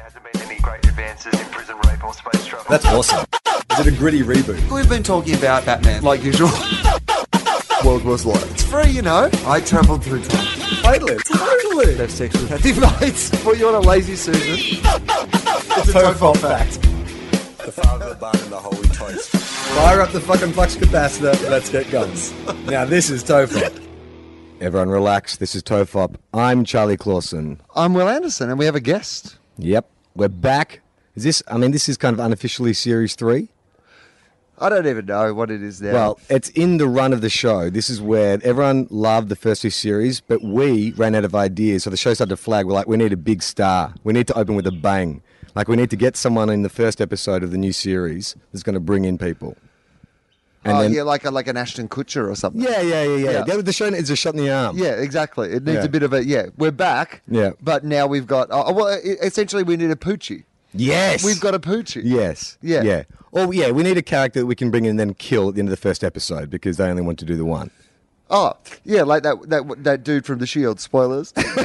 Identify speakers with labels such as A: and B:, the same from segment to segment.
A: hasn't been any great advances in prison rape or space travel.
B: That's awesome. Is it a gritty reboot?
C: We've been talking about Batman like usual.
B: World was like
C: Free, you know. I travelled through time.
B: Totally. Totally.
C: Have sex with Kathy Bates. Put you on a lazy Susan.
B: It's a total fact.
A: the father of the barn and the holy toast.
B: Fire up the fucking flux capacitor. Let's get guns. Now this is Tofop. Everyone relax. This is Tofop. I'm Charlie Clausen.
C: I'm Will Anderson, and we have a guest.
B: Yep. We're back. Is this? I mean, this is kind of unofficially series three.
C: I don't even know what it is now.
B: Well, it's in the run of the show. This is where everyone loved the first two series, but we ran out of ideas. So the show started to flag. We're like, we need a big star. We need to open with a bang. Like, we need to get someone in the first episode of the new series that's going to bring in people. And
C: oh,
B: then,
C: yeah, like a, like an Ashton Kutcher or something.
B: yeah, yeah, yeah, yeah.
C: Yeah.
B: That was the show is a shot in the arm.
C: Yeah, exactly. It needs
B: Yeah.
C: a bit of a yeah. We're back.
B: Yeah.
C: but now we've got. Oh, well, e- essentially, we need a poochie.
B: Yes.
C: We've got a poochie.
B: Yes.
C: Yeah.
B: Yeah. Or yeah, we need a character that we can bring in and then kill at the end of the first episode because they only want to do the one.
C: Oh, yeah, like that that that dude from The Shield. Spoilers. if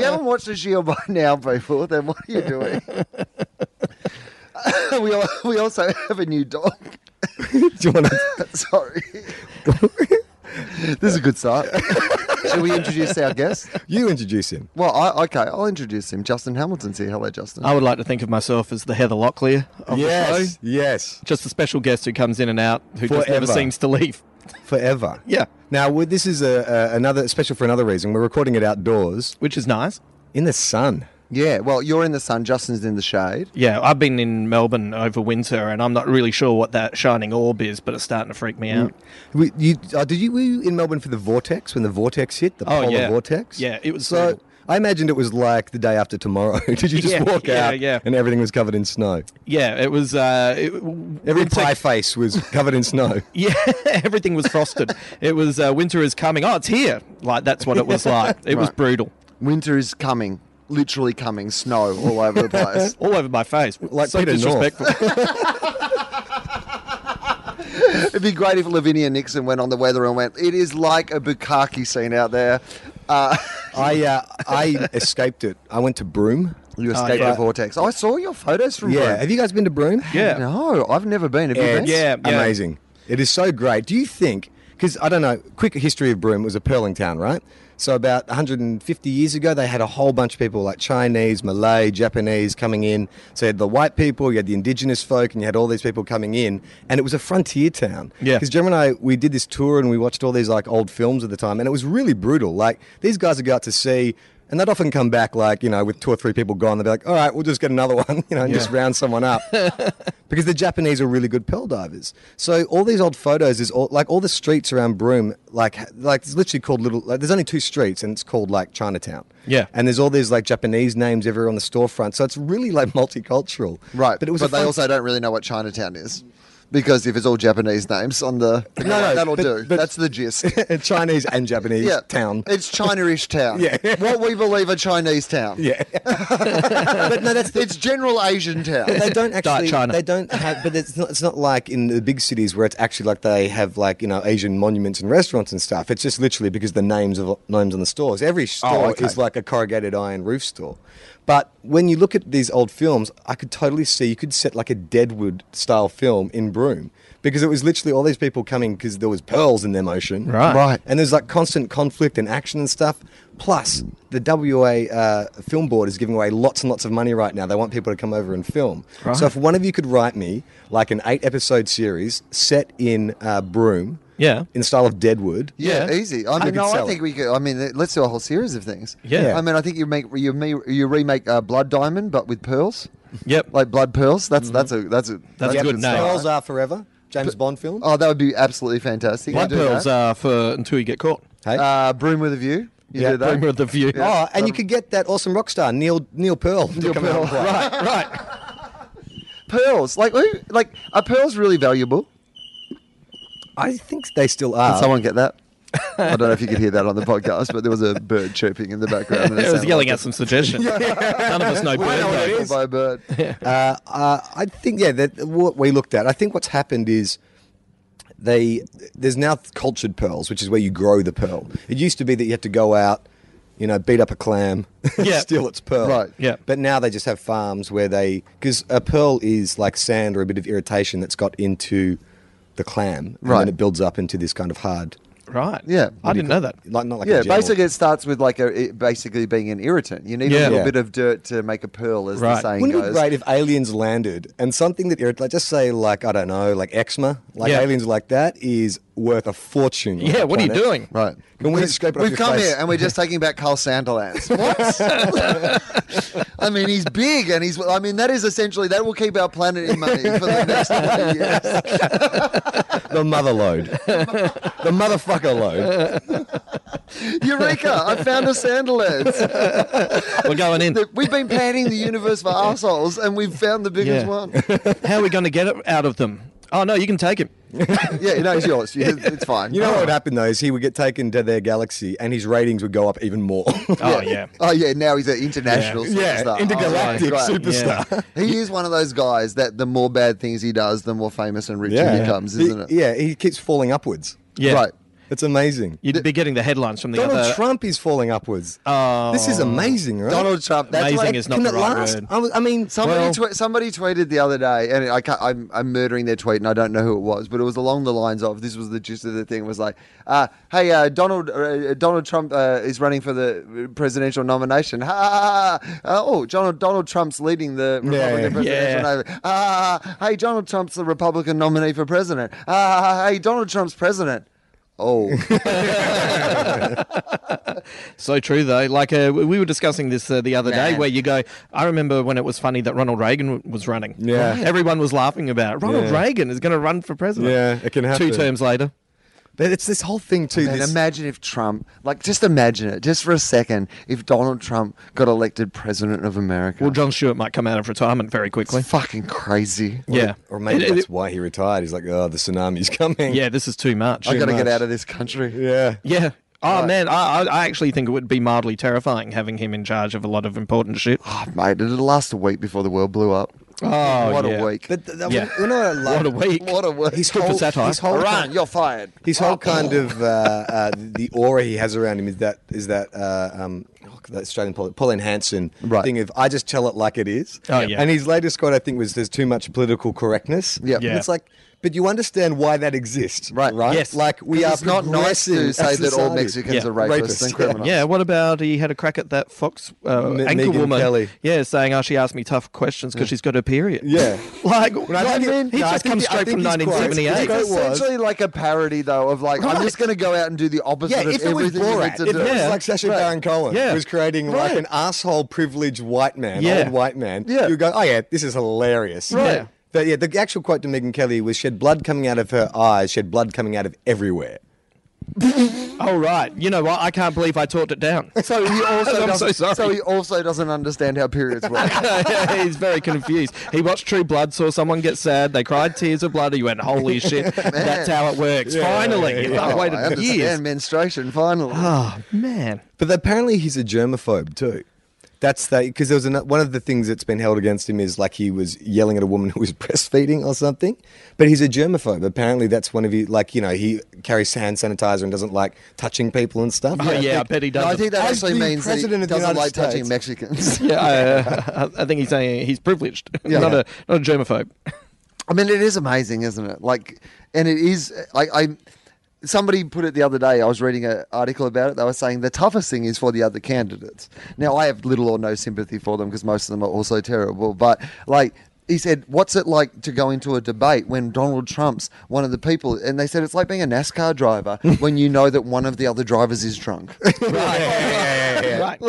C: you haven't watched The Shield by now, people, then what are you doing? we al- we also have a new dog.
B: do you want to?
C: Sorry. this is a good start. Shall we introduce our guest?
B: You introduce him.
C: Well, I, okay, I'll introduce him. Justin Hamilton's here. Hello, Justin.
D: I would like to think of myself as the Heather Locklear of the
B: Yes.
D: show.
B: Yes.
D: Just a special guest who comes in and out who just
B: Forever.
D: never seems to leave.
B: Forever.
D: Yeah,
B: Now, would- this is a, a, another special for another reason. We're recording it outdoors
D: which is nice.
B: in the sun.
C: Yeah, well, you're in the sun. Justin's in the shade.
D: Yeah, I've been in Melbourne over winter and I'm not really sure what that shining orb is, but it's starting to freak me out.
C: Mm.
B: We, you, uh, did you were you in Melbourne for the vortex when the vortex hit the
D: Oh,
B: polar
D: yeah.
B: vortex?
D: Yeah, it was
B: So
D: terrible.
B: I imagined it was like the day after tomorrow. did you just
D: Yeah,
B: walk
D: yeah,
B: out
D: yeah.
B: and everything was covered in snow?
D: Yeah, it was. Uh, it,
B: Every
D: winter-
B: pie face was covered in snow.
D: Yeah, everything was frosted. it was uh, winter is coming. Oh, it's here. Like that's what it was like. It was
C: Right.
D: brutal,
C: Winter is coming. Literally coming. Snow all over the place.
D: all over my face.
B: Like
D: so
B: Peter North.
D: disrespectful.
C: It'd be great if Lavinia Nixon went on the weather and went, it is like a bukkake scene out there. Uh,
B: I uh, I escaped it. I went to Broome.
C: you escaped
D: yeah.
C: the vortex. I saw your photos from
B: Oh, Yeah.
C: Rome.
B: Have you guys been to Broome?
D: yeah.
C: No, I've never been. Have you been?
B: It's
D: Yeah, yeah.
B: amazing. It is so great. Do you think? Because I don't know. Quick history of Broome it was a pearling town, right? So about 150 years ago, they had a whole bunch of people like Chinese, Malay, Japanese coming in. So you had the white people, you had the indigenous folk, and you had all these people coming in, and it was a frontier town.
D: Yeah.
B: Because Jeremy and I, we did this tour and we watched all these like old films at the time, and it was really brutal. Like these guys would go out to sea. And they'd often come back, like, you know, with two or three people gone. They'd be like, all right, we'll just get another one, you know, and just round someone up. because the Japanese are really good pearl divers. So all these old photos is all, like all the streets around Broome, like like it's literally called little. Like, there's only two streets, and it's called like Chinatown.
D: Yeah.
B: and there's all these like Japanese names everywhere on the storefront. So it's really like multicultural.
C: Right.
B: but it was. a
C: but they
B: fun-
C: also don't really know what Chinatown is. Because if it's all Japanese names on the.
B: No, no,
C: that'll
B: but-
C: do.
B: but-
C: That's the gist.
B: Chinese and Japanese
C: yeah.
B: town.
C: It's China-ish town.
B: Yeah.
C: What we believe a Chinese town.
B: yeah, but no, that's
C: It's general Asian town.
B: But they don't actually.
D: China.
B: They don't have. But it's not. It's not like in the big cities where it's actually like they have like you know Asian monuments and restaurants and stuff. It's just literally because the names of names on the stores.
D: Oh,
B: Every store
C: okay.
B: is like a corrugated iron roof store. But when you look at these old films, I could totally see you could set like a Deadwood style film in Broome because it was literally all these people coming because there was pearls in their ocean.
D: Right.
C: Right.
B: And there's like constant conflict and action and stuff. Plus, the WA uh, film board is giving away lots and lots of money right now. They want people to come over and film. So if one of you could write me like an eight episode series set in uh, Broome,
D: Yeah.
B: in the style of Deadwood,
C: Yeah,
D: Yeah.
C: easy. I
B: We
C: mean,
B: could
C: no, I
B: sell
C: think
B: it.
C: we could. I mean, let's do a whole series of things.
D: Yeah.
C: I mean, I think you make you me you remake uh, Blood Diamond, but with pearls,
D: Yep.
C: like Blood Pearls. That's
B: Mm-hmm.
C: that's a that's a
D: That's a good name.
C: start.
B: Pearls Are Forever, James Bond film.
C: Oh, that would be absolutely fantastic. You
D: Blood
C: could do
D: pearls
C: that.
D: are for until you get caught.
B: Hey?
C: Uh, Broom with a View. You
B: Yeah,
C: do that.
D: Remember the view.
B: oh, and you could get that awesome rock star Neil Neil Pearl. Neil
C: Pearl.
D: right, right.
C: pearls? Like, who, like are pearls really valuable?
B: I think they still
C: Did
B: are.
C: someone get that? I don't know if you could hear that on the podcast, but there was a bird chirping in the background. and
D: It was
C: sounded
D: yelling
C: like
D: out some suggestions. None of us know
C: a-
D: bird
C: I know what it
D: names.
C: is. By a bird.
B: uh, uh, I think yeah, that what we looked at. I think what's happened is they there's now cultured pearls, which is where you grow the pearl. It used to be that you had to go out, you know, beat up a clam,
D: Yeah.
B: steal its pearl.
C: Right.
D: Yeah.
B: But now they just have farms where they because a pearl is like sand or a bit of irritation that's got into the clam, and
C: Right.
B: then it builds up into this kind of hard,
D: Right.
C: Yeah.
D: I didn't know that.
B: like not like
C: yeah,
B: a gel.
C: basically it starts with like a it basically being an irritant. You need a
D: Yeah.
C: little
B: Yeah.
C: bit of dirt to make a pearl, as the
D: Right.
C: saying
B: Wouldn't it be
C: goes.
B: great if aliens landed and something that irritates, like just say like I don't know, like eczema, like
D: Yeah.
B: aliens like that is worth a fortune. on
D: Yeah,
B: the
D: what are you
B: planet.
D: doing?
C: Right.
B: Can we scrape it off
C: We've
B: your
C: come
B: face?
C: here and we're just taking back Carl Sanderlands. What? I mean, he's big and he's. I mean, that is essentially that will keep our planet in money for the next twenty years.
B: The mother load, the motherfucker load.
C: Eureka! I found a Sanderlands.
D: We're going in.
C: We've been panning the universe for assholes, and we've found the biggest
D: Yeah.
C: one.
D: How are we going to get it out of them? Oh, no, you can take him.
C: Yeah, no, it's yours. You- It's fine. Oh,
B: You know what would happen though is he would get taken to their galaxy and his ratings would go up even more.
D: Oh, yeah.
C: Oh yeah, now he's an international
B: Yeah,
C: superstar.
B: intergalactic
D: Oh,
C: All right, great.
B: superstar.
C: He is one of those guys that the more bad things he does, the more famous and rich he becomes,
B: He-
C: isn't it?
B: Yeah, he keeps falling upwards.
D: Yeah.
C: Right.
B: It's amazing.
D: You'd be getting the headlines from the
B: Donald
D: other.
B: Trump is falling upwards. this is amazing, right?
C: Donald Trump. That's
D: Amazing
C: like,
D: Oh. is not
B: Can
D: the
B: it
D: right
B: last?
D: word.
B: I, was- I mean,
C: Somebody
B: well,
C: twe- somebody tweeted the other day, and I can't, I'm I'm murdering their tweet, and I don't know who it was, but it was along the lines of this was the gist of the thing was like, uh, hey, uh, Donald uh, Donald Trump uh, is running for the presidential nomination. Ha, Ha! ha, ha. oh, Donald Donald Trump's leading the
B: yeah.
C: Republican presidential
D: Yeah.
C: nomination. Ah, ha, ha. hey, Donald Trump's the Republican nominee for president. Ah, ha, ha, hey, Donald Trump's president. Oh,
D: So true, though. Like uh, we were discussing this uh, the other day,
C: Man.
D: where you go, I remember when it was funny that Ronald Reagan w- was running.
B: Yeah.
D: Everyone was laughing about it. Ronald
B: Yeah.
D: Reagan is going to run for president.
B: Yeah, it can
D: Two
B: happen.
D: terms later.
B: but it's this whole thing too.
C: And
B: this-
C: imagine if Trump, like, just imagine it, just for a second, if Donald Trump got elected president of America.
D: Well, John Stewart might come out of retirement very quickly.
C: It's fucking crazy.
D: yeah.
B: Or maybe
D: It- it-
B: that's why he retired. He's like, oh, the tsunami's coming.
D: yeah, this is too much.
C: I got to
B: much.
C: get out of this country.
B: Yeah.
D: Yeah. Oh man, I, I I actually think it would be mildly terrifying having him in charge of a lot of important shit.
C: Oh, mate, it'll last a week before the world blew up.
D: Oh,
C: what
D: yeah.
C: a week.
B: But th- that,
D: Yeah.
B: you know what I love?
D: What a week!
C: What a week.
B: His
D: Good for
B: whole,
D: satire.
B: his whole,
C: Iran, you're fired. Ah,
B: his whole kind of uh, uh, the aura he has around him is that is that uh, um, oh, that Australian Paul, Pauline Hanson
C: Right.
B: thing of I just tell it like it is.
D: Oh, yeah.
B: And his latest quote I think was there's too much political correctness.
C: Yeah.
B: And
D: Yeah.
B: It's like, but you understand why that exists,
C: Right.
B: Right.
D: Yes.
B: Like we are
C: it's not nice
B: progressing
C: to
B: as
C: say that all
B: society.
C: Mexicans
D: Yeah.
C: are rapists,
B: Rapists,
C: and
B: yeah.
C: criminals.
D: Yeah, what about he had a crack at that Fox uh,
B: Me-
D: anchor
B: Megyn
D: woman?
B: Kelly.
D: Yeah, saying, "Oh, she asked me tough questions because she's got her period."
B: Yeah.
D: like
B: I
D: I
B: think it-
D: mean, he
B: no, I
D: just
B: think
D: comes
B: he- I
D: straight
B: think
D: from
B: he's quite-
C: It's
B: It
D: 1978.
B: was-
C: essentially like a parody, though, of like, I'm just going to go out and do the opposite
B: Yeah,
C: of
B: if it was
C: everything you need
B: Borat,
C: to
B: if it
C: do.
B: was
D: Yeah.
B: like Sacha Baron Cohen,
D: Yeah.
B: who's creating like an asshole privileged white man,
D: Yeah.
B: old white man,
C: Yeah.
B: you go, oh yeah, this is hilarious.
D: Right. Yeah.
B: But yeah, the actual quote to Megan Kelly was, "She had blood coming out of her eyes. She had blood coming out of everywhere."
D: Oh right, you know what? I can't believe I talked it down.
C: So he also
D: I'm so
C: doesn't-
D: sorry.
C: so he also doesn't understand how periods work.
D: He's very confused. He watched True Blood, saw someone get sad, they cried tears of blood. He went, "Holy shit, that's how it works!" Finally, I've
C: Oh,
D: waited
C: I understand
D: years.
C: menstruation finally.
B: Ah.
D: Oh man.
B: But apparently he's a germaphobe too. That's that because there was an, one of the things that's been held against him is like he was yelling at a woman who was breastfeeding or something. But he's a germaphobe. Apparently that's one of you like you know he carries hand sanitizer and doesn't like touching people and stuff.
D: Oh yeah, I bet he
C: No,
D: does.
C: I think that
B: As
C: actually
B: the
C: means that he
B: President of
C: doesn't
B: the United
C: like touching
B: States.
C: Mexicans.
D: yeah, I, uh, I think he's saying he's privileged, not a not a germaphobe.
C: I mean, it is amazing, isn't it? Like, and it is like I. Somebody put it the other day. I was reading an article about it. They were saying the toughest thing is for the other candidates. Now, I have little or no sympathy for them because most of them are also terrible. But like he said, what's it like to go into a debate when Donald Trump's one of the people? And they said it's like being a NASCAR driver when you know that one of the other drivers is drunk.
D: Right.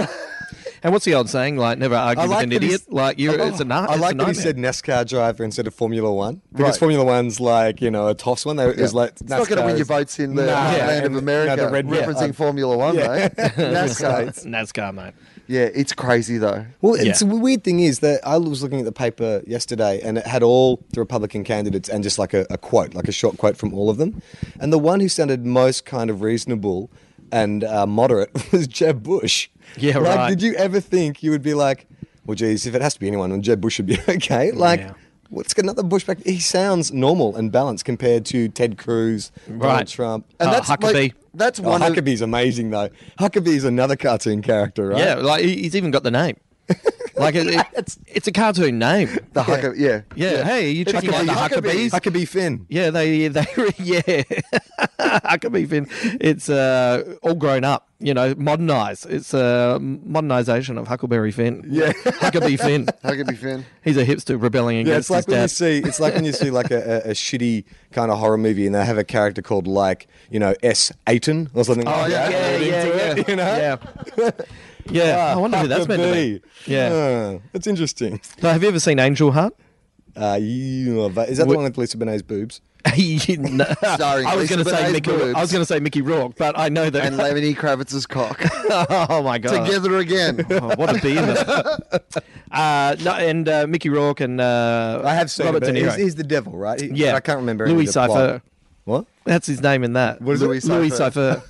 D: And what's the old saying? Like, never argue with an
B: that he
D: idiot.
B: s-
D: Like, you,
B: I
D: it's a nut.
B: I
D: it's
B: like
D: a
B: that he
D: nightmare.
B: said NASCAR driver instead of Formula One because
C: Right.
B: Formula One's like you know a toss one. They, It was like
C: it's not going to
B: NASCAR
C: win
B: is-
C: your votes in the
B: Nah.
C: land of
B: and- no,
C: America.
B: the red- yeah,
C: referencing
B: uh,
C: Formula One,
B: yeah.
C: though. NASCAR.
D: NASCAR, mate.
C: Yeah, it's crazy though.
B: Well, it's
D: Yeah.
B: the weird thing is that I was looking at the paper yesterday, and it had all the Republican candidates and just like a, a quote, like a short quote from all of them. And the one who sounded most kind of reasonable and uh, moderate was Jeb Bush.
D: Yeah,
B: like,
D: right.
B: Did you ever think you would be like, well, geez, if it has to be anyone, then Jeb Bush should be okay? Like.
D: Yeah.
B: Let's get another Bush back. He sounds normal and balanced compared to Ted Cruz,
D: Right.
B: Donald Trump,
D: Uh,
B: and
C: that's like-
D: Huckabee.
C: that's
B: oh,
C: one. of-
B: Huckabee's amazing though. Huckabee's another cartoon character, right?
D: Yeah, like he- he's even got the name. Like it, it- it's it's a cartoon name.
C: the Huckabee. Yeah.
D: Yeah. Hey, are you checking
B: E
D: out the Huckabees?
B: Huckabee Finn.
D: Yeah, they they yeah. Huckabee Finn. It's uh, all grown up, you know, modernized. It's a modernization of Huckleberry Finn.
B: Yeah.
D: Huckabee Finn.
C: Huckabee Finn.
D: He's a hipster rebelling
B: Yeah, it's
D: against
B: like
D: his
B: when you
D: dad.
B: see it's like when you see like a, a, a shitty kind of horror movie and they have a character called like you know S. Aiton or something.
D: Oh
B: like
D: yeah,
B: that.
D: yeah,
B: Read
D: yeah,
B: into
D: yeah.
B: it, you know?
D: yeah. Yeah,
B: Ah,
D: I wonder who that's meant to be.
B: Huckabee.
D: Yeah.
B: Ah, that's interesting.
D: Now, have you ever seen Angel Heart?
B: Uh, you know, but is that the
D: Wh-
B: one with Lisa Benet's boobs?
D: No.
C: Starring
D: I was going to
C: Elizabeth
D: say Mickey.
C: Boobs.
D: I was going to say Mickey Rourke, but I know that.
C: And Lemony Kravitz's cock.
D: oh my god!
C: Together again.
D: Oh, what a beaver! uh, no, and uh, Mickey Rourke and uh,
B: I have seen.
D: Robert
B: it,
D: De
B: but
D: Niro.
B: he's, he's the devil, right? He-
D: Yeah.
B: I can't remember. any of
D: Louis
B: the plot.
D: Cypher.
B: What?
D: That's his name in that.
B: What is it?
D: Louis Cypher.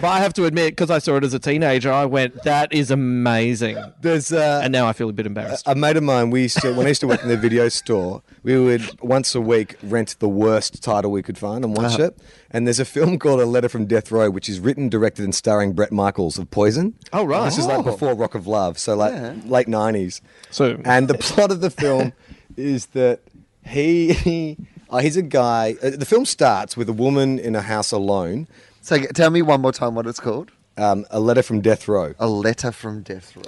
D: but I have to admit, because I saw it as a teenager, I went, "That is amazing,"
B: There's uh,
D: and now I feel a bit embarrassed.
B: A mate of mine, we used to, when I used to work in the video store, we would once a week rent the worst title we could find and watch it. And there's a film called A Letter from Death Row, which is written, directed, and starring Brett Michaels of Poison.
D: Oh, right.
B: This is like before Rock of Love, so like late 90s.
D: So-
B: and the plot of the film is that he. uh, he's a guy. Uh, the film starts with a woman in a house alone.
C: so g- tell me one more time what it's called.
B: Um, a letter from death row.
C: A letter from death row.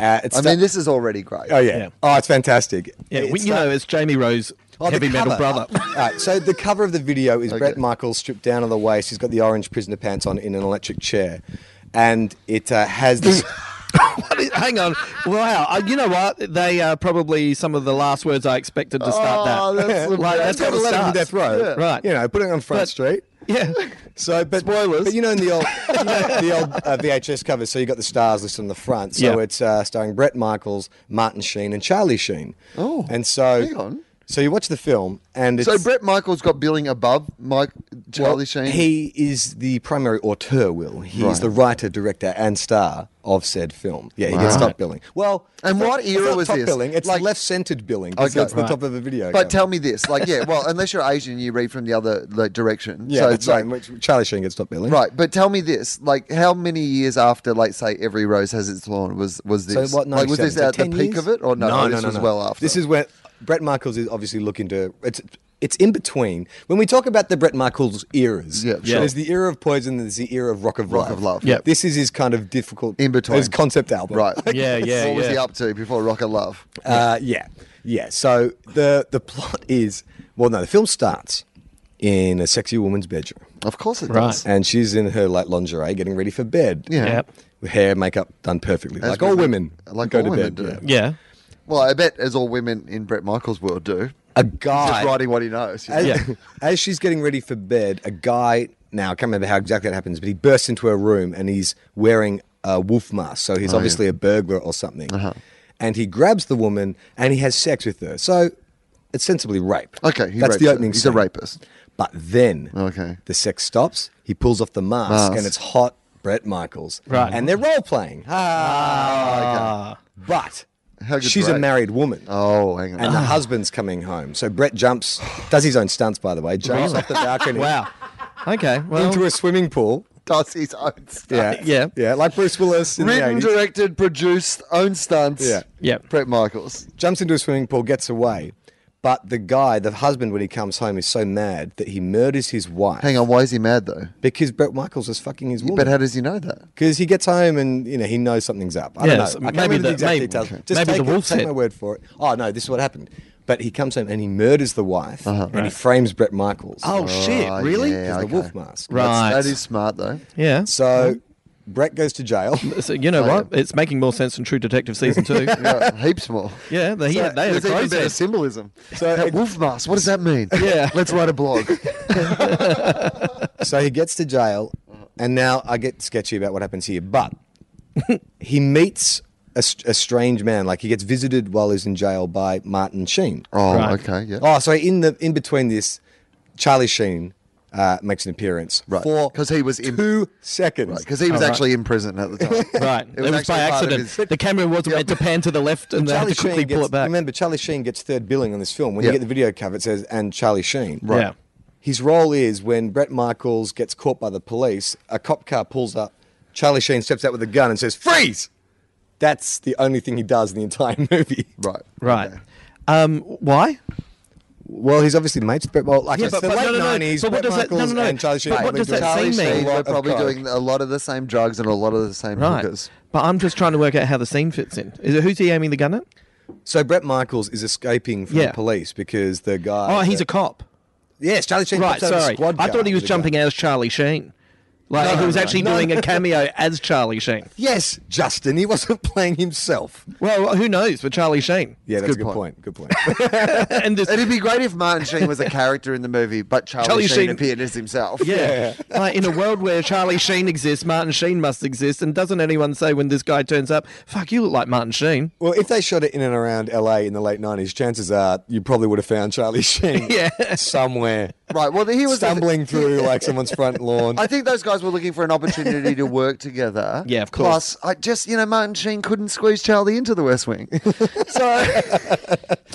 B: Uh, it's
C: Oh. I mean, this is already great.
B: oh yeah.
D: Yeah.
B: Oh, it's fantastic.
D: yeah, we,
B: It's
D: you
B: like-
D: know, it's Jamie Rose,
B: Oh, the
D: heavy metal
B: cover.
D: brother.
B: All right, so the cover of the video is
C: Okay.
B: Brett Michaels stripped down to the waist. He's got the orange prisoner pants on in an electric chair, and it uh, has this.
D: What is- Hang on, wow! Uh, you know what? They are probably some of the last words I expected to start
C: Oh,
D: that.
C: that's the
D: Like,
C: best.
D: that's how
B: got a
D: it
B: letter from
D: starts.
B: Death Row,
D: Right.
B: You know, putting it on Front
D: But-
B: Street.
D: Yeah.
B: So, but
D: Spoilers.
B: But you know, in the old, you know, the old uh, VHS covers, so you got the stars listed on the front. So
D: Yeah.
B: it's uh, starring Brett Michaels, Martin Sheen, and Charlie Sheen.
C: Oh,
B: and so
C: hang on.
B: So you watch the film, and it's,
C: So Brett Michaels got billing above Mike Charlie
B: Well,
C: Sheen.
B: He is the primary auteur, Will. He is
C: Right.
B: the writer, director, and star of said film. Yeah, he gets top billing. Well,
C: And
B: it's not-
C: what
B: it's
C: era
B: not
C: was
B: top
C: this?
B: billing. It's
C: Like-
B: like left centered billing.
C: Okay.
B: so it's
C: Right.
B: the top of a video.
C: But tell me this, like, yeah, well, unless you're Asian, you read from the other like, direction.
B: yeah,
C: so
B: that's
C: it's like,
B: right. Which Charlie Sheen gets top billing.
C: right. But tell me this, like, how many years after, like, say, Every Rose Has Its Thorn was was
B: So
C: this?
B: what?
C: like, was
B: 97?
C: this
B: So
C: at the
B: 10
C: peak
B: years?
C: of it, or no?
B: No,
C: oh,
B: no,
C: this
B: no,
C: was
B: no.
C: well after.
B: This is where Brett Michaels is obviously looking to. It's it's in between when we talk about the Brett Michaels eras.
C: Yeah, sure.
B: There's the era of Poison. There's the era of Rock of
C: Rock
B: Love.
C: of Love.
D: Yep.
B: This is his kind of difficult
C: In between.
B: his concept album.
C: right.
D: Yeah, yeah,
C: What was
D: yeah.
C: he up to before Rock of Love?
B: Uh, yeah, yeah. So the the plot is well, no, the film starts in a sexy woman's bedroom,
C: Of course it
D: Right.
C: does.
B: and she's in her like lingerie, getting ready for bed.
C: Yeah.
D: Yep.
B: with hair, makeup done perfectly,
C: As
B: like
C: we
B: all
C: would-
B: women
C: like
B: go
C: all
B: to
C: women
B: bed.
C: do.
B: yeah.
D: Yeah.
C: Well, I bet as all women in Brett Michaels' world do.
B: A
C: Just
B: guy,
C: writing what he knows. you
B: as,
C: know?
D: Yeah.
B: as she's getting ready for bed, a guy. Now I can't remember how exactly that happens, but he bursts into her room and he's wearing a wolf mask, so
C: Oh,
B: he's obviously a burglar or something.
C: Uh-huh.
B: And he grabs the woman and he has sex with her. So it's sensibly rape.
C: Okay. He
B: that's
C: raped
B: the
C: her.
B: opening.
C: He's a
B: scene.
C: rapist.
B: But then
C: Okay.
B: the sex stops. He pulls off the mask,
C: Mask.
B: and it's hot Brett Michaels.
D: Right.
B: And they're role playing.
C: Ah,
B: But
C: How good's
B: she's a
C: Brett?
B: married woman.
C: Oh, hang on.
B: And the
D: Ah.
B: husband's coming home. So Brett jumps, does his own stunts, by the way, jumps off the balcony
D: Wow. Okay. Well.
B: into a swimming pool.
C: does his own stuff.
B: Yeah.
D: Uh, Yeah.
B: Yeah. Like Bruce Willis in
C: Written,
B: the 80s.
C: directed, produced, own stunts.
B: Yeah.
D: Yeah.
C: Brett Michaels.
B: Jumps into a swimming pool, gets away. But the guy, the husband, when he comes home, is so mad that he murders his wife.
C: Hang on, why is he mad though?
B: Because Brett Michaels is fucking his woman.
C: But how does he know that?
B: Because he gets home and you know he knows something's up. I
D: Yes,
B: don't know. I
D: maybe
B: can't remember
D: the-
B: the exact
D: maybe-
B: details.
D: okay.
B: Just
D: maybe
B: take,
D: the
B: it-
D: wolf
B: take
D: said.
B: my word for it. Oh no, this is what happened. But he comes home and he murders the wife and he
D: Uh-huh. Right.
B: frames Brett Michaels.
D: Oh shit!
C: Oh,
D: Really?
C: yeah.
B: Because the
C: okay.
B: wolf mask.
D: Right.
C: That is smart though.
D: Yeah.
B: So Brett goes to jail.
D: So you know what? It's making more sense than True Detective season two.
C: Yeah, Uh, heaps more.
D: yeah, they, had they had a
C: There's even better
D: process.
C: symbolism.
B: So
C: that
B: it-
C: wolf mask. What does that mean?
D: Yeah.
C: Let's write a blog.
B: so he gets to jail, and now I get sketchy about what happens here. But he meets a, st- a strange man. Like he gets visited while he's in jail by Martin Sheen.
C: Oh,
D: Right.
C: okay, yeah.
B: Oh, so in the in between this, Charlie Sheen uh, makes an appearance
C: Right.
B: for
C: 'Cause he was in-
B: two seconds.
C: Because he was actually in prison at the time.
D: Right. It was, by
C: actually part of
D: accident.
C: his-
D: The camera wasn't meant to pan to the left and they had to quickly pull
B: gets,
D: it back.
B: Remember, Charlie Sheen gets third billing on this film. When
C: Yeah.
B: you get the video cover, it says "and Charlie Sheen."
D: Right. Yeah.
B: His role is when Brett Michaels gets caught by the police, a cop car pulls up, Charlie Sheen steps out with a gun and says, "Freeze!" That's the only thing he does in the entire movie.
C: Right.
D: Right. Um, why?
B: Well, he's obviously mates with Brett. Well, like
D: Yeah,
B: it's
D: but-
B: the
D: but
B: late
D: no, no, no.
B: nineties.
D: But what
B: Brett
D: does that- no,
B: Michaels
D: no, no.
B: and Charlie
D: But
B: Sheen.
D: what
B: probably
D: does
B: doing
D: that
B: a
C: Charlie
D: Same
B: lot
D: mean?
C: Sheen,
B: of
C: they're probably
B: coke.
C: doing a lot of the same drugs and a lot of the same
D: Right.
C: hookers.
D: But I'm just trying to work out how the scene fits in. Is it who's he aiming the gun at?
B: So Brett Michaels is escaping from
D: Yeah.
B: the police because the guy.
D: Oh, he's
B: the-
D: a cop.
B: Yes, Charlie Sheen.
D: Right,
B: pops out of a
D: sorry.
B: Squad car
D: I thought he was
B: with a gun.
D: jumping out as Charlie Sheen. Like he was actually doing a cameo as Charlie Sheen.
B: Yes, Justin. He wasn't playing himself.
D: Well, who knows for Charlie Sheen?
B: Yeah,
C: That's
B: that's,
C: a
B: a
C: good
B: good point. Good point.
D: and this,
C: It'd be great if Martin Sheen was a character in the movie, but Charlie,
D: Charlie
C: Sheen,
D: Sheen-
C: appeared as himself.
D: yeah. Like in a world where Charlie Sheen exists, Martin Sheen must exist. And doesn't anyone say when this guy turns up, fuck, you look like Martin Sheen?
B: well, if they shot it in and around LA in the late nineties, chances are you probably would have found Charlie Sheen
D: Yeah.
B: somewhere.
C: Right. Well, he was the-
B: Stumbling through like someone's front lawn.
C: I think those guys were looking for an opportunity to work together.
D: Yeah, of
C: Plus,
D: course.
C: I just you know Martin Sheen couldn't squeeze Charlie into The West Wing, so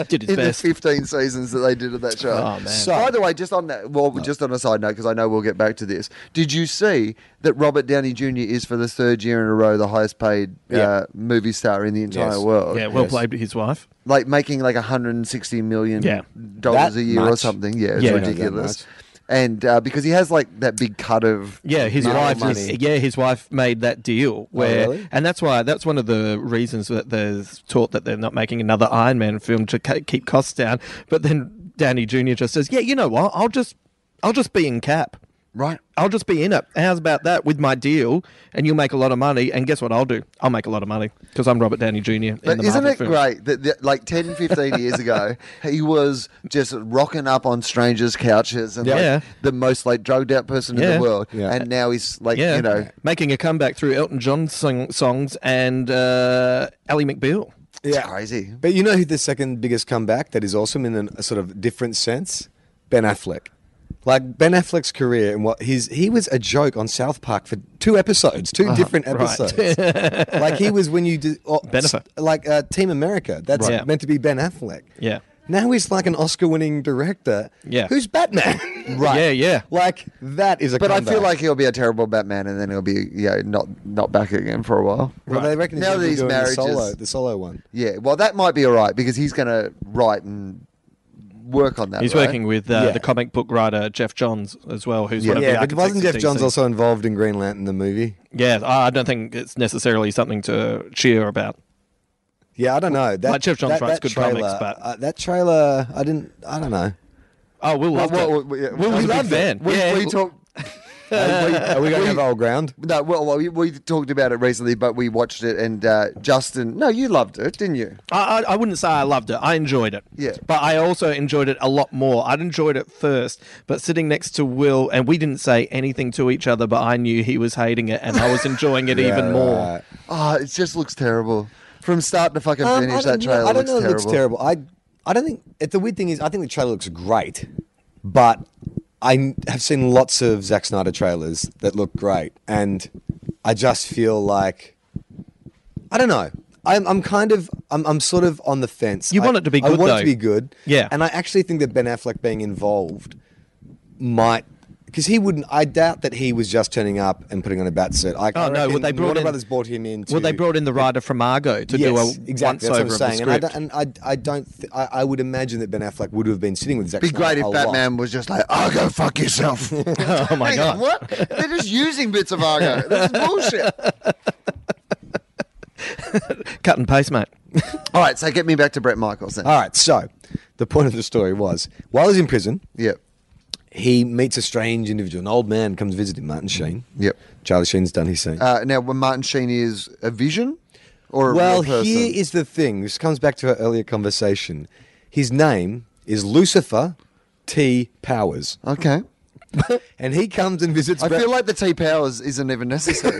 D: Did his
C: in
D: best.
C: the 15 seasons that they did of that show.
D: Oh, man.
B: So-
C: By the way, just on that, well, just on a side note, because I know we'll get back to this. Did you see that Robert Downey Jr. is for the third year in a row the highest paid uh,
B: Yeah.
C: movie star in the entire
B: Yes.
C: world?
D: yeah, well
B: Yes.
D: played to his wife.
C: like making like 160 million
D: Yeah.
C: dollars
B: That
C: a year or
B: much?
C: something. Yeah, it's
D: Yeah. Yeah, that
C: ridiculous.
B: much.
C: And uh, because he has like that big cut of
D: Yeah, his
B: Marvel
D: wife.
B: money.
D: Is, yeah, his wife made that deal
C: Oh,
D: where,
B: really?
D: and that's why that's one of the reasons that they're taught that they're not making another Iron Man film to ca- keep costs down. But then Danny Junior just says, "Yeah, you know what? I'll just, I'll just be in cap.
C: right.
D: I'll just be in it. How's about that with my deal? And you'll make a lot of money. And guess what? I'll do. I'll make a lot of money because I'm Robert Downey Junior.
C: But isn't it great that, that like 10, 15 years ago, he was just rocking up on strangers' couches and like,
D: Yeah.
C: the most like drugged out person in
D: Yeah.
C: the world.
B: Yeah.
C: And now he's like,
D: Yeah,
C: you know,
D: making a comeback through Elton John song- songs and uh, Ally McBeal.
C: it's crazy.
B: But you know who the second biggest comeback that is awesome in an, a sort of different sense? Ben Affleck. Like Ben Affleck's career and what his he was a joke on South Park for two episodes, two different
D: Uh-huh. right.
B: episodes. like he was when you did oh,
D: Ben Affleck.
B: s- like uh, Team America. That's
D: Right.
B: meant to be Ben Affleck.
D: Yeah.
B: Now he's like an Oscar-winning director.
D: Yeah.
B: Who's Batman?
D: Yeah, yeah.
B: Like that is a.
C: But I feel
B: comeback.
C: like he'll be a terrible Batman and then he'll be, yeah, not, not back again for a while.
B: well, they reckon he's
C: Now
B: gonna be
C: these
B: doing
C: marriages-
B: the solo, the solo one.
C: Yeah, well, that might be all right because he's going to write and work on that.
D: He's
C: right?
D: working with uh,
B: Yeah.
D: the comic book writer Jeff Johns as well, who's one of the
B: Yeah, but
D: architects
B: wasn't
D: of
B: Jeff Johns
D: DC.
B: also involved in Green Lantern the movie?
D: Yeah, I I don't think it's necessarily something to cheer about.
B: Yeah, I don't know. That,
D: Jeff Johns
B: that,
D: writes
B: that
D: good
B: trailer,
D: comics, but-
B: uh, that trailer, I didn't. I don't know.
D: Oh, Will loved
C: Well, well,
D: it.
C: we- yeah,
D: Will was a big fan.
C: We,
D: yeah,
C: we talk,
B: Are we, are we going to have old ground?
C: no, well, well, we, we talked about it recently, but we watched it, and uh, Justin, no, you loved it, didn't you?
D: I, I I wouldn't say I loved it. I enjoyed it.
C: Yeah.
D: But I also enjoyed it a lot more. I'd enjoyed it first, but sitting next to Will, and we didn't say anything to each other, but I knew he was hating it, and I was enjoying it
B: Yeah,
D: even more.
B: right.
C: Ah, it just looks terrible from start to fucking
B: Um,
C: finish.
B: I don't
C: That
B: know.
C: trailer
B: I don't
C: looks,
B: know. It
C: terrible.
B: looks terrible. I, I don't think. It, the weird thing is, I think the trailer looks great, but I n- have seen lots of Zack Snyder trailers that look great, and I just feel like I don't know. I'm, I'm kind of, I'm, I'm sort of on the fence.
D: You
B: I-
D: want it to be
B: I
D: good,
B: want it
D: though.
B: to be good.
D: Yeah.
B: And I actually think that Ben Affleck being involved might. Because he wouldn't, I doubt that he was just turning up and putting on a bat suit. I,
D: Oh,
B: I
D: no,
B: reckon
D: well, they brought
B: Warner
D: in-
B: Brothers brought him in. To,
D: Well, they brought in the writer from Argo to do a once-over of the
B: and I
D: script.
B: don't, and I, I don't. Th- I, I would imagine that Ben Affleck would have been sitting with Zack.
C: Be great
B: Snyder
C: if
B: a
C: Batman
B: Lot.
C: was just like, Argo, fuck yourself.
D: oh my
C: Hang on,
D: god!
C: what? They're just using bits of Argo. This is bullshit.
D: Cut and paste, mate.
C: All right, so get me back to Brett Michaels then.
B: All right. So, the point of the story was while he's in prison,
C: Yep.
B: he meets a strange individual. An old man comes visit him, Martin Sheen.
C: Yep.
B: Charlie Sheen's done his scene.
C: Uh, now, when Martin Sheen is a vision or a
B: well,
C: real person?
B: here is the thing. This comes back to our earlier conversation. His name is Lucifer T. Powers.
C: okay.
B: and he comes and visits.
C: I
B: Brad-
C: feel like the T powers isn't even necessary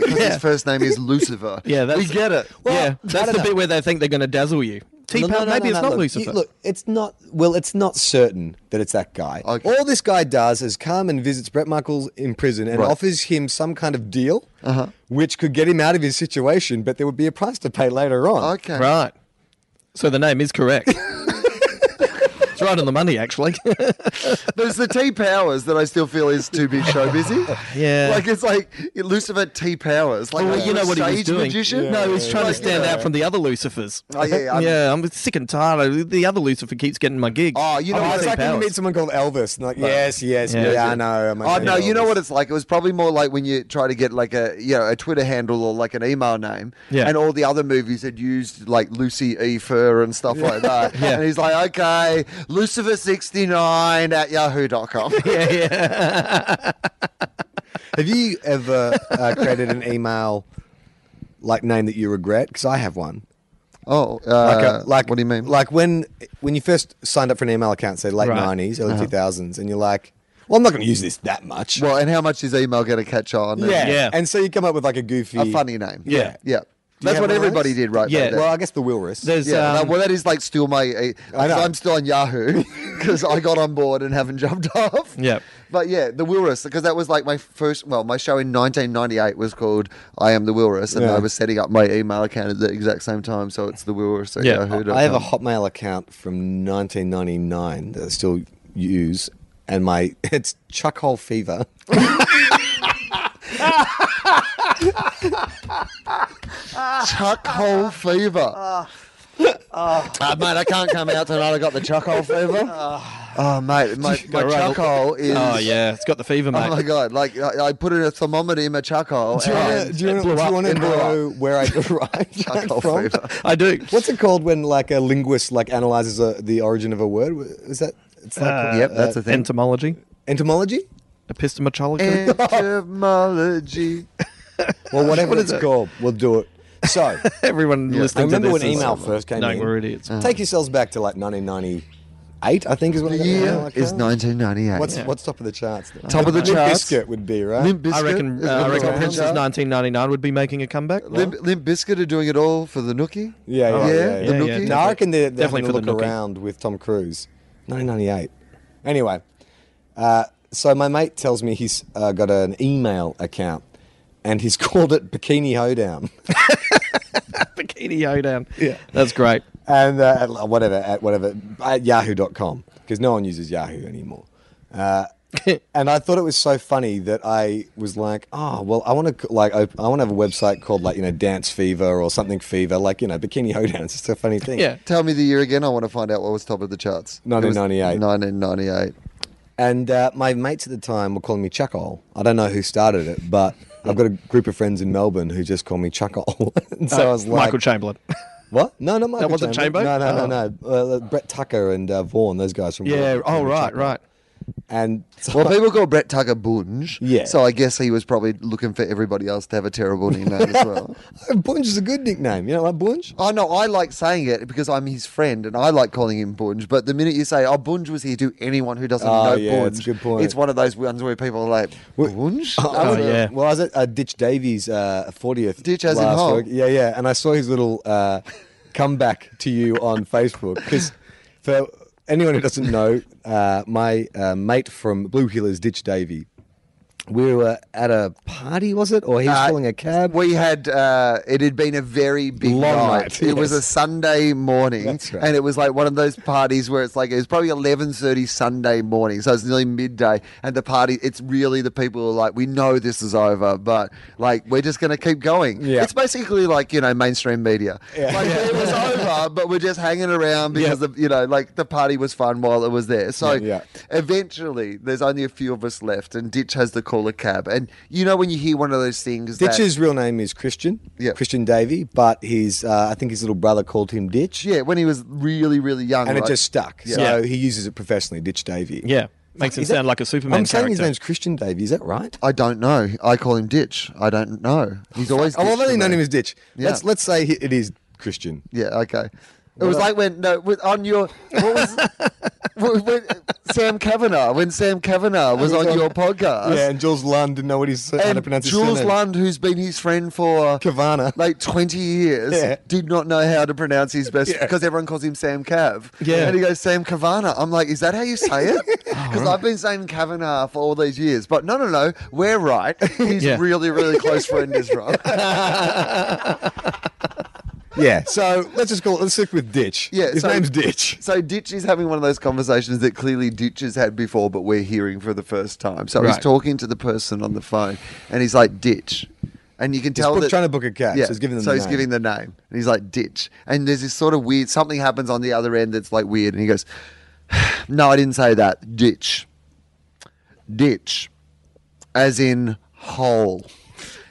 C: because his first name is Lucifer.
D: Yeah, that's,
C: we get it.
D: yeah, that's the bit where they think they're going to dazzle you. T-Power,
B: No, no, no,
D: maybe
B: no,
D: it's
B: no,
D: not
B: look,
D: Lucifer.
B: you- look, it's not. Well, it's not certain that it's that guy.
C: Okay.
B: All this guy does is come and visits Brett Michaels in prison and
C: Right.
B: offers him some kind of deal, which could get him out of his situation, but there would be a price to pay later on.
C: Okay.
D: Right. So the name is correct. it's right on the money, actually.
C: There's the T powers that I still feel is too big show busy.
D: Yeah.
C: Like it's like Lucifer T powers. Like
D: well, you know what he
C: stage
D: was doing.
C: magician.
D: No, he's trying
C: Like,
D: to stand out from the other Lucifers.
C: Oh, yeah, yeah, I'm-
D: yeah. I'm sick and tired. of- The other Lucifer keeps getting my gig.
C: Oh, you know
D: I
C: what,
D: want
B: it's
D: St.
B: like when you
D: Powers.
B: meet someone called Elvis. And like, yes, yes,
D: Yeah.
B: yeah, I know. my
C: Oh
B: name
C: no,
B: is
C: you know
B: Elvis."
C: what it's like. It was probably more like when you try to get like a you know a Twitter handle or like an email name,
D: Yeah.
C: and all the other movies had used like Lucy E Fur and stuff like that.
D: Yeah.
C: And he's like, okay, Lucifer sixty nine at yahoo.com.
D: Yeah, yeah.
B: Have you ever uh, created an email like name that you regret? Because I have one.
C: Oh, uh,
B: like, a,
C: like
B: like
C: what do you mean?
B: Like when when you first signed up for an email account, say late
D: Right. Uh-huh.
B: nineties, early two thousands, and you're like, well, I'm not going to use this that much.
C: well, and how much is email going to catch on?
D: Yeah.
B: And so you come up with like a goofy,
C: a funny name.
D: Yeah.
C: yeah.
B: Do you
C: That's
B: have
C: what
B: one of
C: everybody
B: those?
C: did, right?
D: Yeah.
C: back then.
B: Well, I guess the Wilrus.
D: There's,
C: Yeah,
D: um,
C: that- well, that is like still my. Uh,
B: I know.
C: I'm still on Yahoo because I got on board and haven't jumped off.
D: Yep.
C: But yeah, the Wilrus because that was like my first. Well, my show in 1998 was called "I Am the Wilrus," and
B: Yeah.
C: I was setting up my email account at the exact same time, so it's the Wilrus at
D: Yeah.
C: Yahoo.
B: I have a Hotmail account from 1999 that I still use, and my it's Chuckhole Fever.
C: chuck hole fever. Ah, mate, I can't come out tonight. I got the chuck hole fever.
B: Ah.
C: oh, mate, my, my
D: Alright.
C: chuck hole is.
D: Oh, yeah. It's got the fever, mate.
C: Oh my god! Like I, I put in a thermometer in my chuck hole.
B: Do you wanna-
C: and-
B: do you
D: it blew
B: want to,
D: up,
B: know
D: it blew
B: where I derived that
C: Chuckhole
B: from?
C: fever.
D: I do.
B: What's it called when like a linguist like analyzes a, the origin of a word? Is that it's like
D: Uh,
C: Yep, that's the thing. Eh.
D: Entomology,
B: entomology?
D: epistemology.
C: Entomology.
B: Well, whatever it's called, we'll do it. So,
D: Uh-huh. Everyone
B: I
D: listening to this.
B: remember when
D: is
B: email first came
D: knowing
B: in.
D: we're idiots.
B: Take yourselves back to like 1998, I think is when
C: The
B: I got an email
C: year
B: account.
C: is 1998.
B: What's what's top of the charts?
C: Top of the
B: Limp
C: charts.
B: Bizkit would be right.
C: Limp Bizkit?
D: I reckon,
C: is
D: uh, I
C: number
D: reckon
C: one.
D: Prince's 1999 would be making a comeback.
C: Limp, Limp Bizkit are doing it all for the Nookie.
B: yeah, yeah,
C: Oh, yeah,
B: yeah.
C: the
D: yeah,
C: Nookie.
D: yeah.
B: No, I reckon they're, they're
D: Definitely
B: having a
D: for the
B: look
D: nookie.
B: around with Tom Cruise. 1998. Anyway, uh, so my mate tells me he's uh, got an email account and he's called it Bikini Hoedown.
D: Bikini Hoedown. Yeah. That's great.
B: and uh, at, whatever at whatever at yahoo.com because no one uses yahoo anymore uh, and i thought it was so funny that i was like oh well i want to like op- i want to have a website called like you know dance fever or something fever like you know bikini hoedown it's just a funny thing
D: Yeah.
C: Tell me the year again. I want to find out what was top of the charts. It was
B: 1998.
C: 1998.
B: and uh, my mates at the time were calling me chuckle i don't know who started it but i've got a group of friends in melbourne who just call me chuckle and so i was like
D: Uh, Oh, Michael Chamberlain.
B: what no not michael
D: wasn't
B: Chamberlain.
D: Chambo?
B: no no no no uh, brett tucker and uh, vaughan those guys from
D: yeah.
B: Melbourne call
D: Oh,
B: me
D: right,
B: Chuckle.
D: right.
B: and so
C: Well, people call Brett Tucker Bunge.
B: Yeah.
C: So I guess he was probably looking for everybody else to have a terrible nickname as well.
B: Bunge is a good nickname. You know, like Bunge.
C: Oh no, I like saying it because I'm his friend and I like calling him Bunge. But the minute you say, "Oh, Bunge was here," to anyone who doesn't
B: Oh,
C: know
B: yeah,
C: Bunge,
B: it's a good point.
C: it's one of those ones where people are like, "Bunge."
B: I was, uh,
D: Oh, yeah.
B: Well, I was at uh, Ditch Davies' uh, 40th.
C: Ditch as in
B: last
C: hole.
B: week. Yeah, yeah. And I saw his little uh, comeback to you on Facebook because for anyone who doesn't know, uh, my uh, mate from Blue Heelers, Ditch Davy, we were at a party, was it? Or he was
C: Uh,
B: calling a cab.
C: We had uh, it had been a very big
B: Long
C: night.
B: night,
C: It was
B: yes.
C: a Sunday morning,
B: That's right.
C: and it was like one of those parties where it's like it was probably eleven thirty Sunday morning, so it's nearly midday, and the party. It's really the people who are like, we know this is over, but like we're just going to keep going.
B: Yeah.
C: It's basically like you know mainstream media. Like it was over, but we're just hanging around because the, you know like the party was fun while it was there. So
B: Yeah,
C: eventually, there's only a few of us left, and Ditch has to call a cab, and you know when you hear one of those things. that-
B: Ditch's real name is Christian,
C: Yeah.
B: Christian Davy, but his uh, I think his little brother called him Ditch,
C: Yeah, when he was really, really young.
B: and it
C: right?
B: just stuck.
C: Yeah.
B: So
D: Yeah.
B: he uses it professionally, Ditch Davy.
D: Yeah. Makes him
B: Is that-
D: sound like a Superman
B: I'm saying his
D: character.
B: name's Christian Davy. Is that right?
C: I don't know. I call him Ditch. I don't know. He's always.
B: Oh, well, I've
C: Ditch
B: only
C: to
B: known
C: me.
B: him as Ditch. Let's
C: Yeah.
B: let's say he- it is Christian.
C: Yeah. Okay. It was like when no with, on your what was what, what, Sam Kavanaugh when Sam Kavanaugh was, on, your podcast.
B: Yeah, and Jules Lund didn't know what he's how to
C: and
B: pronounce his
C: Jules
B: surname.
C: Lund, who's been his friend for
B: Kavana.
C: like 20 years,
B: Yeah.
C: did not know how to pronounce his best
B: Yeah.
C: because everyone calls him Sam Cav.
D: Yeah.
C: And he goes, Sam Kavana. I'm like, is that how you say it? Because I've been saying Kavanaugh for all these years. But no, no, no, we're right. His
D: Yeah.
C: really, really close friend is wrong.
B: yeah. So let's just call it. Let's stick with Ditch.
C: Yeah,
B: His
C: so-
B: name's Ditch.
C: So Ditch is having one of those conversations that clearly Ditch has had before, but we're hearing for the first time. So he's
D: Right.
C: talking to the person on the phone, and he's like Ditch, and you can tell
B: book-
C: that
B: trying to book a cab, so he's giving them
C: so
B: the
C: he's
B: name.
C: giving the name, and he's like Ditch, and there's this sort of weird something happens on the other end that's like weird, and he goes, "No, I didn't say that. Ditch, ditch, as in hole."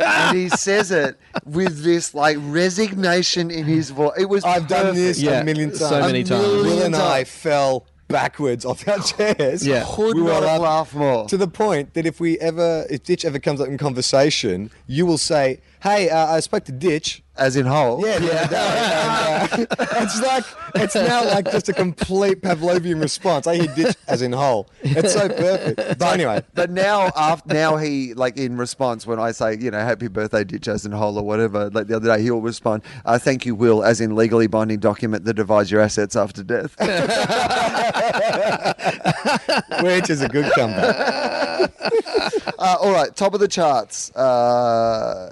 C: and he says it with this like resignation in his voice. It was
B: I've done
C: perfect.
B: this
D: Yeah,
B: a million times.
D: so many A times.
C: million
B: Will and I
C: times.
B: fell backwards off our chairs.
D: Yeah.
C: Could not have
B: laugh-
C: laughed more.
B: To the point that if we ever, if Ditch ever comes up in conversation, you will say, "Hey, uh, I spoke to Ditch."
C: as in whole.
B: Yeah, yeah. it's like it's now like just a complete Pavlovian response. I hear Ditch as in whole. It's so perfect. But anyway,
C: But now, after now, he like in response when I say you know happy birthday Ditch as in whole or whatever. Like the other day, he'll respond, uh, "Thank you, Will," as in legally binding document that divides your assets after death. Uh,
B: which is a good comeback.
C: uh, all right, top of the charts. Uh,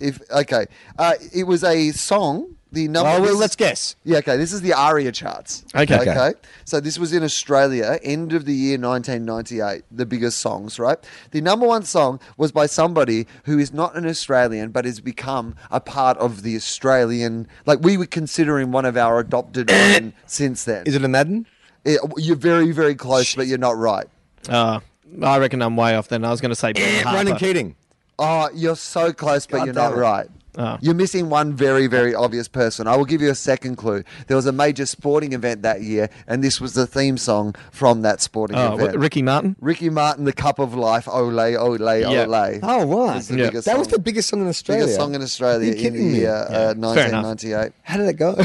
C: if okay, uh, it was a song. The number.
B: Oh, well,
C: this-
B: let's guess.
C: Yeah, okay. This is the ARIA charts.
D: Okay.
C: Okay.
D: Okay.
C: So this was in Australia, end of the year 1998, the biggest songs, right? The number one song was by somebody who is not an Australian, but has become a part of the Australian. Like, we would consider him one of our adopted own since then.
B: Is it a Madden?
C: Yeah, you're very, very close, but you're not right.
D: Uh, I reckon I'm way off then. I was going to say Ben Harper.
B: Ronan Keating.
C: Oh, you're so close, but
B: God
C: you're not
B: damn it.
C: right.
D: Oh.
C: You're missing one very, very obvious person. I will give you a second clue. There was a major sporting event that year, and this was the theme song from that sporting
D: Oh,
C: event.
D: what, Ricky Martin.
C: Ricky Martin, The Cup of Life, Ole, Ole,
D: Yeah.
C: Ole.
B: Oh, right.
C: It's the
D: Yeah.
C: biggest
B: That
C: song,
B: was the biggest song in Australia.
C: biggest song in Australia
B: Are you
C: in the
B: kidding me?
C: year uh,
D: Fair enough.
C: 1998.
B: How did it go?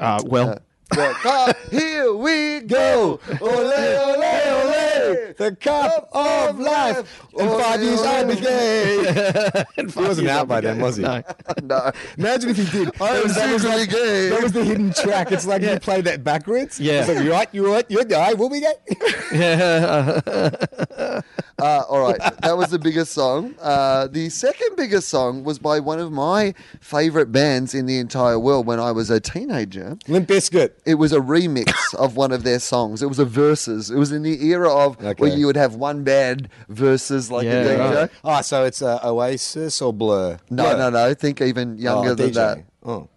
D: Uh, well,
C: The cup, here we go. Ole, ole, ole.
B: the cup of life. In five years, I became. he wasn't out by then, was he?
D: no.
C: No.
B: Imagine if he did.
C: I am secretly
B: like,
C: gay.
B: that was the hidden track. It's like you play that backwards.
D: Yeah.
B: It's like, you're right, you're right, you're right. We'll be gay.
C: Uh, all right, that was the biggest song. Uh, the second biggest song was by one of my favorite bands in the entire world when I was a teenager.
B: Limp Bizkit.
C: It was a remix of one of their songs. It was a versus. It was in the era of where
B: Okay.
C: you would have one band versus like
D: Yeah,
C: a DJ.
D: right.
B: Oh, so it's uh, Oasis or Blur?
C: No, no, no. Think even younger than that.
B: Oh.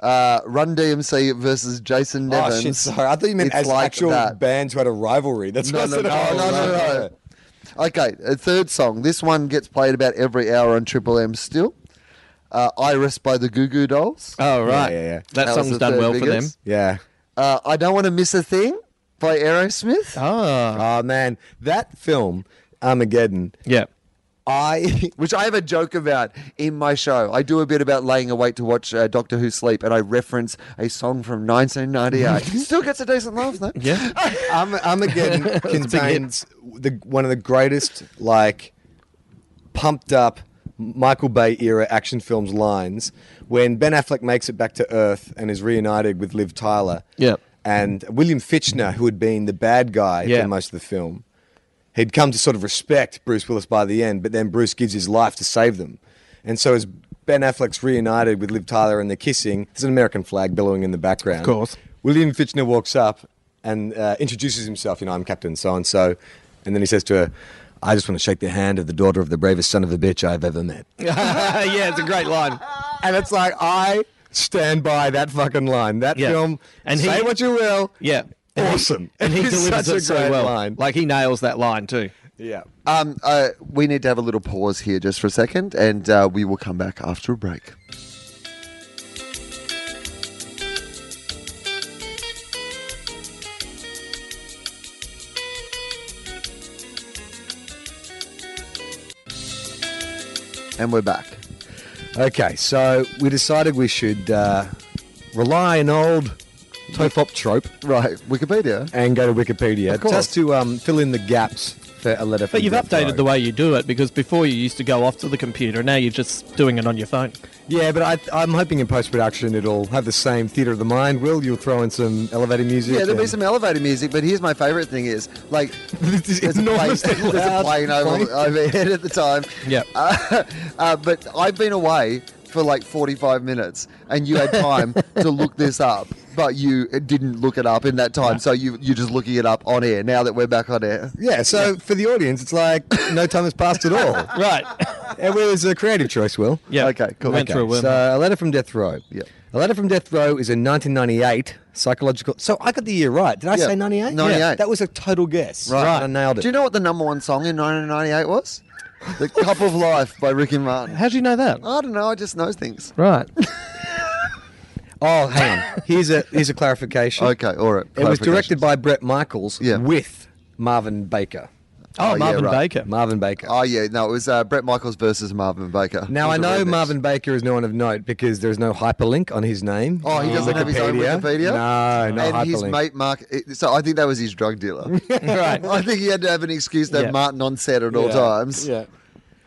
C: Uh, Run DMC versus Jason
B: Oh,
C: Nevins.
B: shit, sorry. I thought you meant
C: It's
B: as
C: like
B: actual
C: that.
B: bands who had a rivalry. That's
C: No,
B: what
C: no,
B: I
C: no,
B: said. Oh,
C: no, no,
B: right,
C: no.
B: right.
C: Okay, a third song. This one gets played about every hour on Triple M still. Uh, Iris by the Goo Goo Dolls.
D: Oh right,
B: yeah, yeah.
D: that,
C: was
D: song's
C: the
D: done
C: third
D: well for them.
C: biggest.
B: Yeah.
C: Uh, I don't want to miss a thing by Aerosmith.
D: Oh
C: Uh-huh.
B: Oh, man. That film, Armageddon,
D: yeah,
B: I
C: Which I have a joke about in my show. I do a bit about laying awake to watch uh, Doctor Who sleep, and I reference a song from 1998. Still gets a decent laugh though.
D: yeah.
B: Arm- Armageddon contains the one of the greatest like pumped up Michael Bay era action films lines when Ben Affleck makes it back to Earth and is reunited with Liv Tyler.
D: Yep.
B: And William Fitchner, who had been the bad guy
D: Yeah.
B: for most of the film, he'd come to sort of respect Bruce Willis by the end, but then Bruce gives his life to save them. And so as Ben Affleck's reunited with Liv Tyler and they're kissing, there's an American flag billowing in the background. Of
D: course.
B: William Fitchner walks up and uh, introduces himself. You know, I'm Captain so and so. And then he says to her, I just want to shake the hand of the daughter of the bravest son of a bitch I've ever met.
D: yeah, it's a great line.
B: And it's like, I stand by that fucking line. That
D: Yeah.
B: film, and
D: And he-
B: say what you will.
D: Yeah, And he-
B: Awesome.
D: and he
B: It's
D: delivers
B: such
D: it
B: a
D: so
B: great
D: well.
B: line.
D: Like he nails that line too.
B: Yeah.
C: Um, uh, we need to have a little pause here just for a second, and uh, we will come back after a break. And we're back.
B: Okay, so we decided we should uh, rely on old Tofop trope
C: Right, Wikipedia.
B: and go to Wikipedia
C: Of course.
B: just to um, fill in the gaps for a letter.
D: But you've updated the way you do it because before you used to go off to the computer, and now you're just doing it on your phone.
B: Yeah, but I, I'm hoping in post production it'll have the same theatre of the mind. Will you'll throw in some elevator music?
C: Yeah, there'll be
B: and-
C: some elevator music, but here's my favourite thing is like
B: is
C: there's a plane,
B: enormously
C: there's a
B: loud
C: plane
B: plane.
C: over, overhead at the uh, time.
D: Yeah.
C: Uh, uh, but I've been away for like 45 minutes, and you had time to look this up, but you uh, didn't look it up in that time, so you you're just looking it up on air now that we're back on air.
B: Yeah, so for the audience, it's like no time has passed at all.
D: Right.
B: it was a creative choice, Will.
D: Yeah.
C: Okay, cool.
D: Went through a wormhole.
B: So, a letter from death row.
C: Yep.
B: A letter from death row is a 1998 psychological. So I got the year right. Did I
C: Yeah,
B: say 98?
C: 98.
B: That was a total guess. I nailed it.
C: Do you know what the number one song in 1998 was? The Cup of Life by Ricky Martin.
D: How do you know that?
C: I don't know. I just know things.
D: Right.
B: oh, hang on. Here's a here's a clarification.
C: Okay, all right.
B: It was
C: clarifications.
B: directed by Brett Michaels
C: Yeah.
B: with Marvin Baker.
C: Oh,
D: Oh,
C: yeah,
D: Marvin
C: right.
D: Baker.
B: Marvin Baker.
C: Oh yeah, no, it was uh, Brett Michaels versus Marvin Baker.
B: now
C: It
B: I
C: was a
B: know
C: remix.
B: Marvin Baker is no one of note because there's no hyperlink on his name.
C: Oh, he
B: in
C: doesn't have his own Wikipedia.
B: No, no
C: and
B: hyperlink.
C: his mate Mark. it- So I think that was his drug dealer.
D: right.
C: I think he had to have an excuse to have
D: Yeah.
C: Martin on set at all times.
B: Yeah.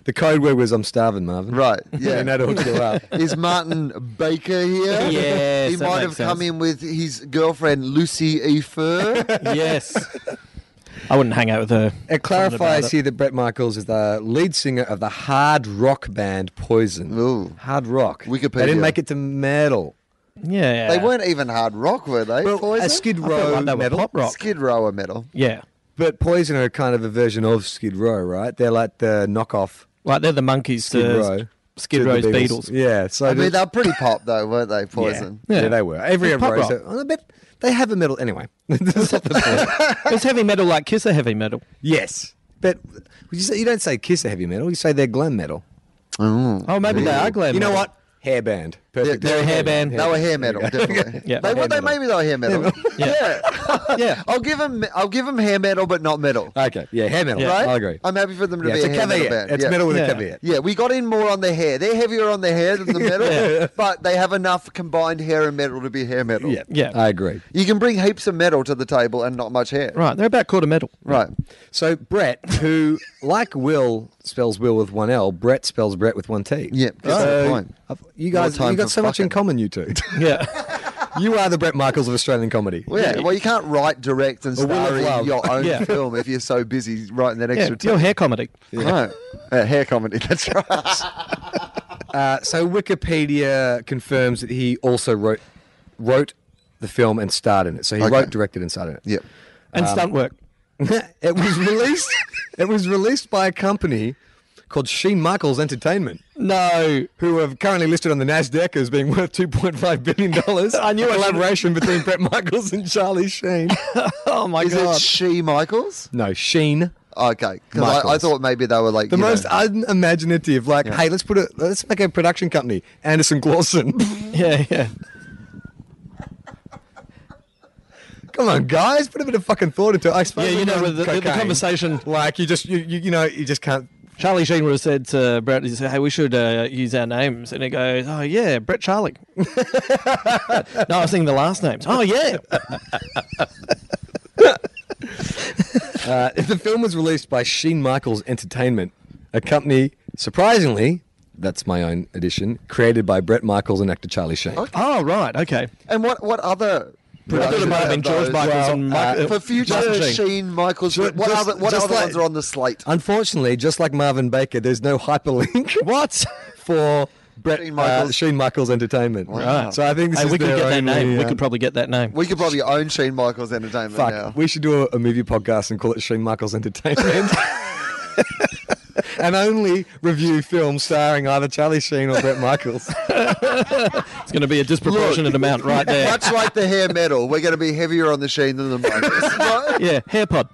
B: The code word was "I'm starving, Marvin."
C: Right.
B: Yeah,
C: Yeah.
B: and that'll hook you up.
C: Is Martin Baker here?
D: Yes,
C: He
D: that
C: might have
D: makes
C: come
D: sense.
C: in with his girlfriend Lucy E. Fur.
D: yes. I wouldn't hang out with her.
B: It
D: about
B: clarifies
D: it.
B: here that Brett Michaels is the lead singer of the hard rock band Poison.
C: Ooh.
B: Hard rock. They
C: Wikipedia.
B: didn't make it to metal.
D: Yeah.
C: They weren't even hard rock, were they? Poison?
B: a Skid
D: I felt
B: Row
D: like they were
B: metal.
D: pop rock.
C: Skid Row are metal.
D: Yeah.
B: But Poison are kind of a version of Skid Row, right? They're like the knockoff
D: Like they're the monkeys
B: Skid
D: to
B: Row.
D: Skid
B: to the
D: Row's Beatles.
B: Yeah, so
C: I mean,
B: the-
C: they're pretty pop though, weren't they? Poison.
B: yeah.
D: Yeah.
B: they were. Every
D: It's pop
B: Rose,
D: rock.
B: I bet they have a metal anyway. That's not the point.
D: It's heavy metal like Kiss are heavy metal.
B: yes, but would you say you don't say Kiss are heavy metal? You say they're glam metal.
C: Mm,
D: Oh, maybe they are glam.
B: you know
D: metal.
B: what? Hair band. Perfect.
C: they're
D: a hair band.
C: They were hair metal, definitely.
D: Yeah,
C: they,
D: hair
C: were they
D: metal.
C: maybe they were hair metal.
D: Yeah. yeah.
C: I'll give them. I'll give them hair metal, but not metal.
B: Okay. Yeah, hair metal.
D: Yeah.
B: Right?
C: Right?
B: I agree.
C: I'm happy for them to
B: yeah,
C: be
B: it's
C: a
B: a
C: hair metal
B: caveat.
C: band.
B: It's
C: yeah.
B: metal with a
D: Yeah.
B: caveat.
C: Yeah, we got in more on the hair. They're heavier on the hair than the metal, but they have enough combined hair and metal to be hair metal.
B: Yeah.
D: Yeah.
B: I agree.
C: You can bring heaps of metal to the table and not much hair.
D: Right. They're about quarter metal.
C: Right.
B: So Brett, who like Will spells Will with one L, Brett spells Brett with one T.
C: Yeah, gets the
B: So,
C: point.
B: I've- You
C: More
B: guys,
C: time
B: you got
C: for
B: so much in
C: fucking.
B: common, you two.
D: Yeah.
B: you are the Brett Michaels of Australian comedy.
C: Well, yeah. Well, you can't write, direct, and
B: A will of
C: star in
B: love.
C: your own
D: Yeah.
C: film if you're so busy writing that
D: yeah.
C: extra
D: Your
C: time.
D: hair comedy.
C: No. Uh, hair comedy. That's right.
B: Uh, so Wikipedia confirms that he also wrote wrote the film and starred in it. So he
C: Okay.
B: wrote, directed, and starred in it.
C: yep.
D: And
C: Um,
D: stunt work.
B: it was released. it was released by a company called Sheen Michaels Entertainment,
D: No.
B: who are currently listed on the Nasdaq as being worth two point five billion dollars.
D: I knew I should-
B: collaboration between Brett Michaels and Charlie Sheen.
D: Oh my
C: Is
D: god.
C: it She Michaels?
B: no, Sheen.
C: Okay. Because I, I
B: Michaels.
C: thought maybe they were like
B: The
C: you
B: most
C: know-
B: unimaginative. Like, hey, let's put a let's make a production company. Anderson Clawson.
D: yeah. Yeah.
B: Come on, guys, put a bit of fucking thought into it. I suppose
D: Yeah, you
B: when
D: know,
B: you're on
D: with the- the
B: cocaine,
D: conversation-
B: like you just you, you you know you just can't.
D: Charlie Sheen would have said to Brett, he said, "Hey, we should uh, use our names." And he goes, "Oh yeah, Brett Charlie." no, I was thinking the last names. Oh yeah,
B: Uh, the film was released by Sheen Michaels Entertainment, a company surprisingly. That's my own edition, created by Brett Michaels and actor Charlie Sheen.
D: Oh right, okay.
C: And what what other
D: I thought it
C: production
D: might have been
C: of
D: George
C: those?
D: Michaels and Mike,
B: uh,
D: uh,
C: for future
D: Justin
C: Sheen,
D: Sheen.
C: Michaels.
B: Ju-
C: what
B: just-
C: other what
B: just
C: other
B: like-
C: ones are on the slate?
B: Unfortunately, just like Marvin Baker, there's no hyperlink. What for Brett
C: Sheen
B: Sheen Michaels,
C: Michaels.
B: Sheen Michaels Entertainment?
C: Wow.
B: So I think this
D: Hey,
B: is
D: we could
B: their
D: get that
B: only,
D: name. We
B: uh,
D: could probably get that name.
C: We could probably own Sheen Michaels Entertainment
B: Fuck,
C: now.
B: we should do a, a movie podcast and call it Sheen Michaels Entertainment. and only review films starring either Charlie Sheen or Brett Michaels.
D: It's going to be a disproportionate amount right there.
C: Much like the hair metal, we're going to be heavier on the Sheen than the Michaels. Right?
D: Yeah, hair pod.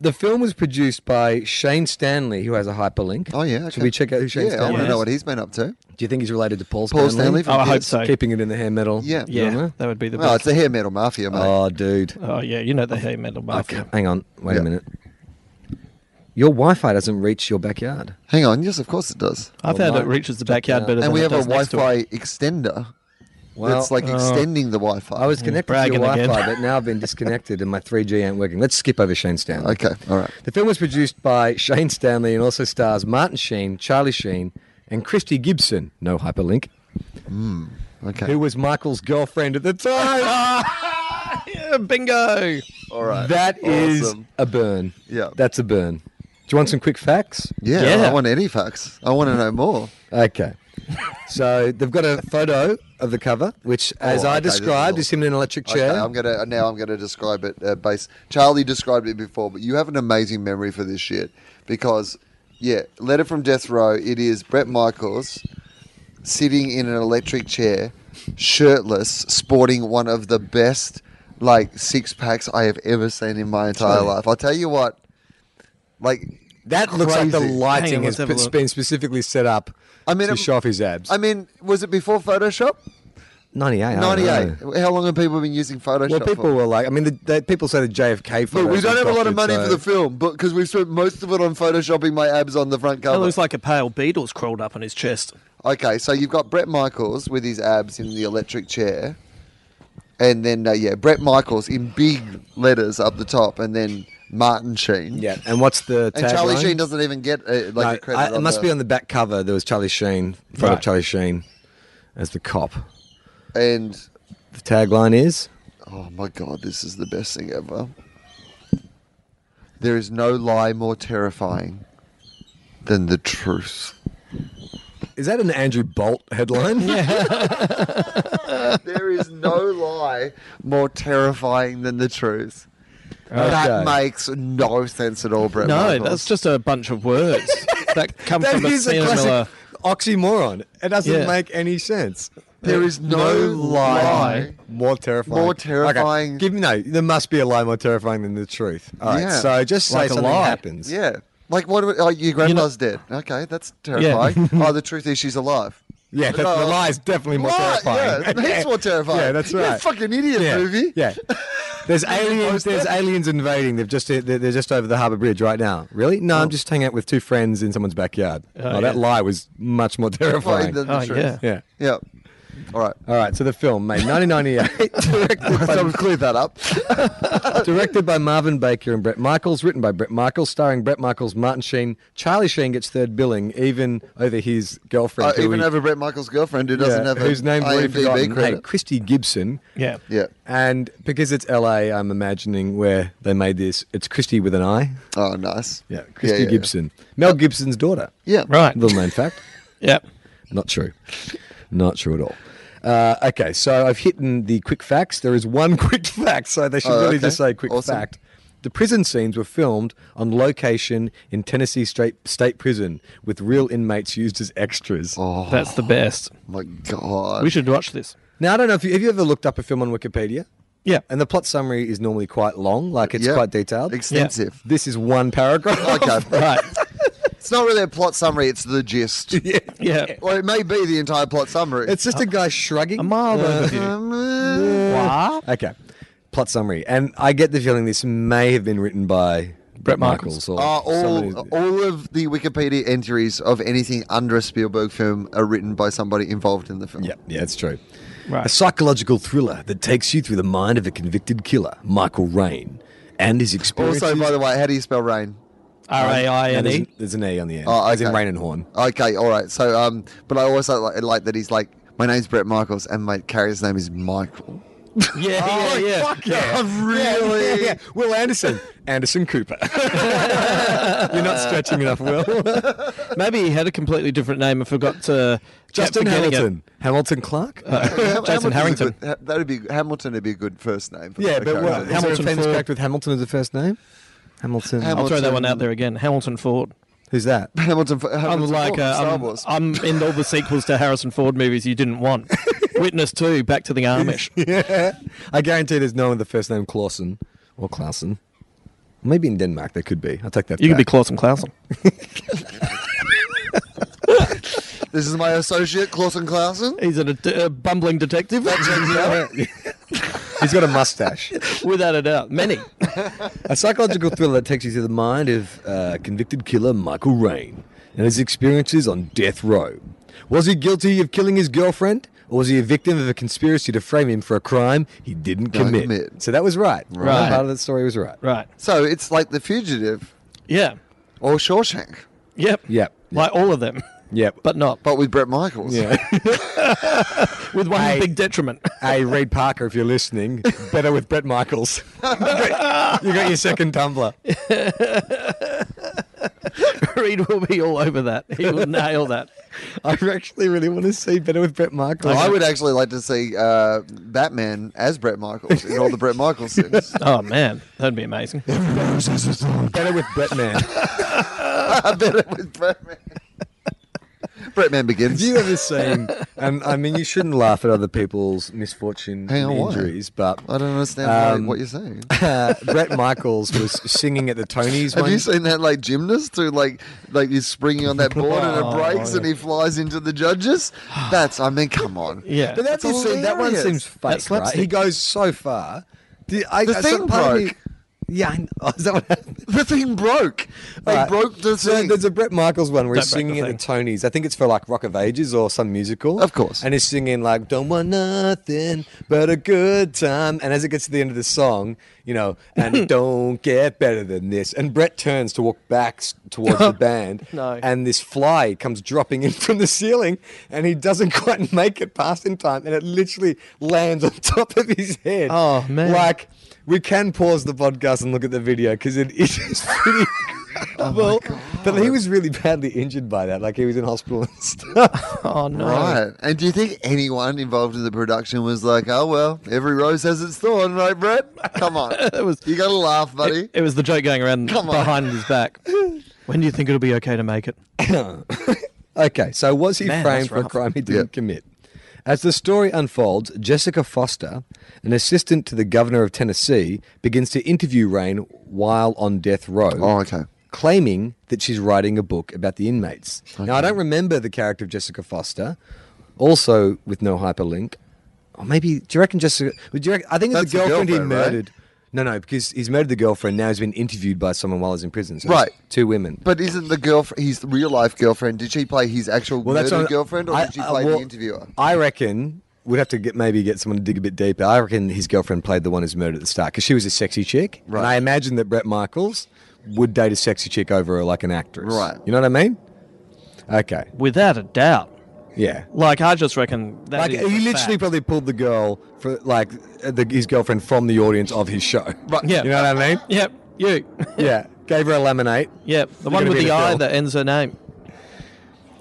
B: the film was produced by Shane Stanley, who has a hyperlink.
C: Oh yeah. Okay.
B: Should we check out who Shane
C: Yeah, I
B: Stanley
C: want to
D: Yes.
C: know what he's been up to.
B: is? Do you think he's related to Paul,
C: Paul Stanley.
D: Oh, I hope so.
B: Keeping it in the hair metal.
C: Yeah.
D: yeah,
B: genre.
D: that would be the
C: Oh, it's
D: best.
C: the hair metal mafia, mate.
B: Oh, dude.
D: Oh yeah, you know the hair metal
B: Okay.
D: mafia.
B: Hang on. Wait
C: Yeah.
B: a minute. Your Wi-Fi doesn't reach your backyard.
C: Hang on. Yes, of course it does.
D: I've
B: Well,
D: had it
B: mine-
D: reaches the backyard better
C: And
D: than
C: we
D: it
C: have a
D: does next door.
C: Wi-Fi extender.
B: Well, uh,
C: it's like extending the Wi-Fi.
B: I was connected to your
D: bragging
B: Wi-Fi,
D: again.
B: but now I've been disconnected and my 3G ain't working. Let's skip over Shane Stanley.
C: okay. All right.
B: The film was produced by Shane Stanley and also stars Martin Sheen, Charlie Sheen, and Christy Gibson. No hyperlink.
C: Okay.
B: Who was Michael's girlfriend at the time?
D: Yeah, bingo.
C: all right.
B: That is
C: Awesome.
B: a burn.
C: Yeah.
B: That's a burn. Do you want some quick facts?
C: Yeah,
D: Yeah.
C: I want any facts. I want to know more.
B: Okay. So they've got a photo of the cover, which, as
C: Oh,
B: I
C: okay, this is
B: described,
C: all-
B: is him in an electric chair.
C: Okay, I'm gonna uh, now. I'm gonna describe it. Uh, base Charlie described it before, but you have an amazing memory for this shit because, yeah, letter from death row. It is Brett Michaels sitting in an electric chair, shirtless, sporting one of the best like six packs I have ever seen in my entire life. I'll tell you what, like.
B: that looks like the
C: Crazy.
B: lighting
D: Hang on,
B: has
D: let's have a
B: p-
D: look.
B: been specifically set up
C: I mean,
B: to
C: it-
B: show off his abs.
C: I mean, was it before Photoshop?
B: 98. I don't know.
C: 98. How long have people been using Photoshop?
B: Well,
C: for?
B: people were like, I mean, the, the, people say the JFK photos.
C: Look, we don't
B: were
C: have a lot of
B: doctored,
C: money for
B: so-
C: the film, but because we've spent most of it on photoshopping my abs on the front
D: It
C: cover.
D: looks like a pale beetle's crawled up on his chest.
C: okay, so you've got Brett Michaels with his abs in the electric chair, and then uh, yeah, Brett Michaels in big letters up the top, and then Martin Sheen.
B: Yeah, and what's the
C: and Charlie
B: tagline?
C: Sheen doesn't even get uh, like a
B: No,
C: credit.
B: I, it must
C: the,
B: be on the back cover. There was Charlie Sheen, photo of
D: Right.
B: Charlie Sheen as the cop.
C: And
B: The tagline is
C: oh my god, this is the best thing ever. There is no lie more terrifying than the truth.
B: Is that an Andrew Bolt headline? yeah.
C: There is no lie more terrifying than the truth.
B: Okay.
C: That makes no sense at all, Brett.
D: No,
C: Michaels.
D: that's just a bunch of words that come
B: That
D: from a
B: is a
D: similar.
B: classic oxymoron. It doesn't
D: Yeah.
B: make any sense.
C: There is no lie.
B: more terrifying.
C: More
B: Okay,
C: terrifying.
B: Give me no. There must be a lie more terrifying than the truth. All right.
C: Yeah.
B: So just say
D: Like a
B: something
D: lie.
B: happens.
C: Yeah. Like what? do- Oh, your grandma's dead. Okay, that's terrifying. oh, the truth is she's alive.
B: Yeah, that's, the
C: Oh.
B: lie is definitely more
C: Lie,
B: terrifying.
C: Yeah, that's more terrifying.
B: Yeah, that's
C: You're
B: right.
C: a fucking idiot
B: yeah.
C: movie.
B: Yeah. There's aliens. There's aliens invading. They've just they're, they're just over the harbour bridge right now. Really? No, I'm just hanging out with two friends in someone's backyard. Oh, that
D: yeah.
B: lie was much more
C: Right,
B: terrifying.
C: the, the
D: Oh,
C: truth.
D: yeah.
B: yeah.
C: Yeah. All right.
B: All right. So the film made 1998, directed
C: So
B: by,
C: we've cleared that up.
B: directed by Marvin Baker and Brett Michaels, written by Brett Michaels, starring Brett Michaels, Martin Sheen. Charlie Sheen gets third billing, even over his girlfriend,
C: Uh,
B: who
C: even
B: we-
C: over Brett Michaels' girlfriend, who
B: yeah,
C: doesn't have a
B: whose name's already
C: IMDb
B: forgotten. Hey,
C: credit.
B: Christy Gibson.
D: Yeah.
C: Yeah.
B: And because it's LA, I'm imagining where they made this. It's Christy with an I.
C: Oh, nice.
B: Yeah, Christy
C: yeah, yeah.
B: Gibson. Mel Gibson's daughter.
C: Yeah.
D: Right.
B: Little known fact.
D: Yep.
B: Not true. Not true at all. Uh, okay, so I've hit in the quick facts. There is one quick fact, so they should
C: Oh,
B: really
C: okay.
B: just say quick
C: Awesome.
B: fact. The prison scenes were filmed on location in Tennessee State, State Prison with real inmates used as extras.
C: Oh.
D: That's the best.
C: My God.
D: We should watch this.
B: Now, I don't know if you, have you ever looked up a film on Wikipedia?
D: Yeah.
B: And the plot summary is normally quite long, like it's
C: Yeah.
B: quite detailed.
C: Extensive.
B: This is one paragraph.
C: Okay.
D: Right.
C: It's not really a plot summary, it's the gist.
D: Yeah.
C: Or it may be the entire plot summary.
B: It's just a guy shrugging.
D: A mild overview.
C: Um, uh,
D: Wow.
B: Okay. Plot summary. And I get the feeling this may have been written by Brett Michaels.
D: Michaels.
B: or
C: Are Ah, all
B: somebody-
C: all of the Wikipedia entries of anything under a Spielberg film are written by somebody involved in the film?
B: yeah, yeah, it's true.
D: Right.
B: A psychological thriller that takes you through the mind of a convicted killer, Michael Rain, and his experiences.
C: Also, by the way, how do you spell rain?
D: R A I
B: No,
D: N
B: there's,
D: E.
B: an, there's an E on the end.
C: Oh,
B: As in
C: okay.
B: Rain and Horn.
C: Okay, all right. So, um, but I also like, like that he's like, my name's Brett Michaels, and my character's name is Michael.
D: Yeah.
B: Oh,
D: Oh, Yeah. Yeah.
C: I'm really.
B: Yeah, yeah. Will Anderson. Anderson Cooper. You're not stretching enough, Will.
D: Maybe he had a completely different name and forgot to. kept
B: Justin
D: forgetting it. Uh,
B: Hamilton. Hamilton Clark?
C: Ham-
D: Jason
C: Hamilton's a
D: Harrington.
C: good- ha- that'd be Hamilton. Would be a good first name. For
B: yeah,
C: the
B: but
C: character.
B: what?
D: Hamilton
B: Hamilton famous
D: Ford.
B: character with Hamilton as the first name? Hamilton.
C: Ham-
D: I'll throw that
C: Hamilton.
D: one out there again. Hamilton Ford.
B: Who's that?
C: Hamilton.
D: I'm
C: Hamilton
D: like,
C: Ford,
D: uh,
C: Star
D: I'm-
C: Wars.
D: I'm, in all the sequels to Harrison Ford movies you didn't want. Witness 2, Back to the Amish.
B: I guarantee there's no one with the first name Clausen or Clausen. Maybe in Denmark there could be. I'll take that.
D: You could be
B: back.
D: Clausen Clausen.
C: this is my associate, Clausen Clausen.
D: He's a, det- a bumbling detective,
B: He's got a mustache.
D: without a doubt. Many.
B: a psychological thriller that takes you through the mind of uh, convicted killer Michael Rain and his experiences on death row. Was he guilty of killing his girlfriend? Or was he a victim of a conspiracy to frame him for a crime he didn't
C: Don't
B: commit?
C: commit.
B: So that was right.
D: Right.
B: That part of the story was right.
D: Right.
C: So it's like The Fugitive
D: Yeah.
C: or Shawshank,
D: Yep.
B: Yep.
D: Like all of them,
B: Yep.
D: but not
C: but with Brett Michaels.
B: Yeah.
D: with one
B: I-
D: big detriment.
B: hey, Reed Parker, if you're listening, better with Brett Michaels. you got your second tumbler.
D: Reed will be all over that. He will nail that.
B: I actually really want to see better with Brett Michaels.
C: I would actually like to see uh, Batman as Brett Michaels in all the Brett Michaels things.
D: Oh man, that'd be amazing.
B: better with Brett Man.
C: I bet it was Batman. Batman
B: Have
C: begins.
B: you ever seen? And I mean, you shouldn't laugh at other people's misfortune
C: Hang
B: and
C: on, why?
B: injuries, but
C: I don't understand why-
B: Um,
C: what you're saying.
B: uh, Brett Michaels was singing at the Tonys.
C: Have
B: one
C: you seen that like gymnast who like like he's springing on that board and it
D: Oh,
C: breaks and he flies into the judges? That's I mean, come on.
D: Yeah.
B: But that's
C: That's
B: insane. That one
C: hilarious.
B: seems fake,
D: That's
B: right?
D: slapstick.
B: He goes so far. The, I,
C: The
B: I-
C: thing
B: part of me-
C: broke.
B: Yeah, I know. Oh, is that what happened?
C: The thing broke. They
B: Right.
C: broke the
B: So
C: thing.
B: there's a Brett Michaels one where he's
D: Don't break the
B: singing at the Tonys. I think it's for like Rock of Ages or some musical.
C: Of course.
B: And he's singing like "Don't want nothing but a good time." And as it gets to the end of the song, you know, and it don't get better than this. And Brett turns to walk back s- towards the band,
D: No.
B: and this fly comes dropping in from the ceiling, and he doesn't quite make it past in time, and it literally lands on top of his head.
D: Oh, man.
B: Like. We can pause the podcast and look at the video because it it is pretty Oh, incredible. but he was really badly injured by that. Like he was in hospital and stuff.
D: Oh no.
C: Right. And do you think anyone involved in the production was like, oh, well, every rose has its thorn, right, Brett? Come on.
D: was-
C: you got to laugh, buddy.
D: It, it was the joke going around
C: Come on.
D: behind his back. When do you think it'll be okay to make it?
B: Okay, so was he
D: Man,
B: framed
D: that's
B: for a
D: rough.
B: crime he didn't commit? As the story unfolds, Jessica Foster, an assistant to the governor of Tennessee, begins to interview Rain while on death row.
C: oh, okay.
B: claiming that she's writing a book about the inmates. Now, I don't remember the character of Jessica Foster, also with no hyperlink. Or maybe, do you reckon Jessica? Would you reckon, I think it's
C: That's
B: the
C: the
B: girlfriend,
C: girlfriend,
B: he
C: right?
B: murdered. No, no, because he's murdered the girlfriend. Now he's been interviewed by someone while he's in prison. So it's
C: Right.
B: Two women.
C: But isn't the girlfriend, his real life girlfriend, did she play his actual murdered
B: what-
C: girlfriend or
B: I-
C: did she
B: I-
C: play
B: well,
C: the interviewer?
B: I reckon we'd have to get maybe get someone to dig a bit deeper. I reckon his girlfriend played the one who's murdered at the start because she was a sexy chick,
C: Right.
B: and I imagine that Brett Michaels would date a sexy chick over like an actress.
C: Right.
B: You know what I mean? Okay.
D: Without a doubt.
B: Yeah.
D: Like I just reckon that
B: Like
D: is
B: he
D: a
B: literally
D: fact.
B: probably pulled the girl for like uh, the, his girlfriend from the audience of his show.
D: Right, yeah.
B: You know what I mean?
D: Yep. You.
B: yeah. Gave her a lemonade.
D: Yep. The one
B: gonna
D: with
B: be in
D: the
B: a
D: eye
B: film.
D: that ends her name.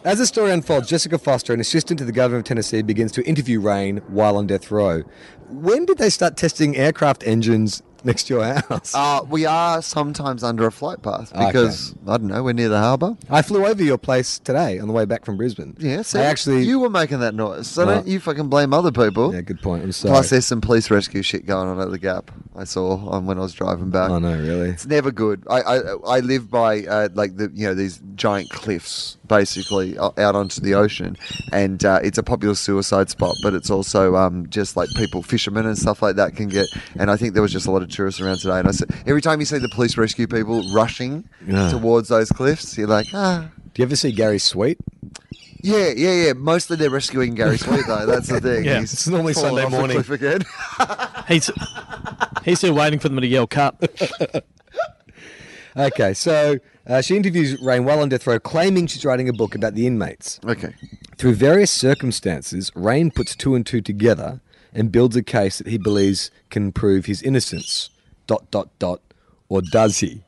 B: As the story unfolds, Jessica Foster, an assistant to the governor of Tennessee, begins to interview Rain while on death row. When did they start testing aircraft engines next to your house?
C: Uh, we are sometimes under a flight path
B: Okay.
C: because, I don't know, we're near the harbour.
B: I flew over your place today on the way back from Brisbane.
C: Yeah, see,
B: I actually.
C: you were making that noise. So
B: Right.
C: don't you fucking blame other people.
B: yeah, good point. I'm sorry.
C: Plus, there's some police rescue shit going on at the Gap. I saw on when I was driving back.
B: oh no, really?
C: It's never good. I I, I live by uh, like the you know these giant cliffs basically o- out onto the ocean, and uh, it's a popular suicide spot. But it's also um, just like people, fishermen and stuff like that can get. And I think there was just a lot of tourists around today. And I said every time you see the police rescue people rushing
B: Yeah.
C: towards those cliffs, you're like ah.
B: Do you ever see Gary Sweet?
C: Yeah, yeah, yeah. Mostly they're rescuing Gary Sweet though. That's the thing.
D: Yeah,
C: He's
B: it's normally
C: fallen
B: Sunday
C: off the
B: morning.
C: cliff again.
D: He's he's still waiting for them to yell cut.
B: Okay, so uh, she interviews Rain while on death row, claiming she's writing a book about the inmates.
C: okay.
B: Through various circumstances, Rain puts two and two together and builds a case that he believes can prove his innocence. Dot dot dot, or does he?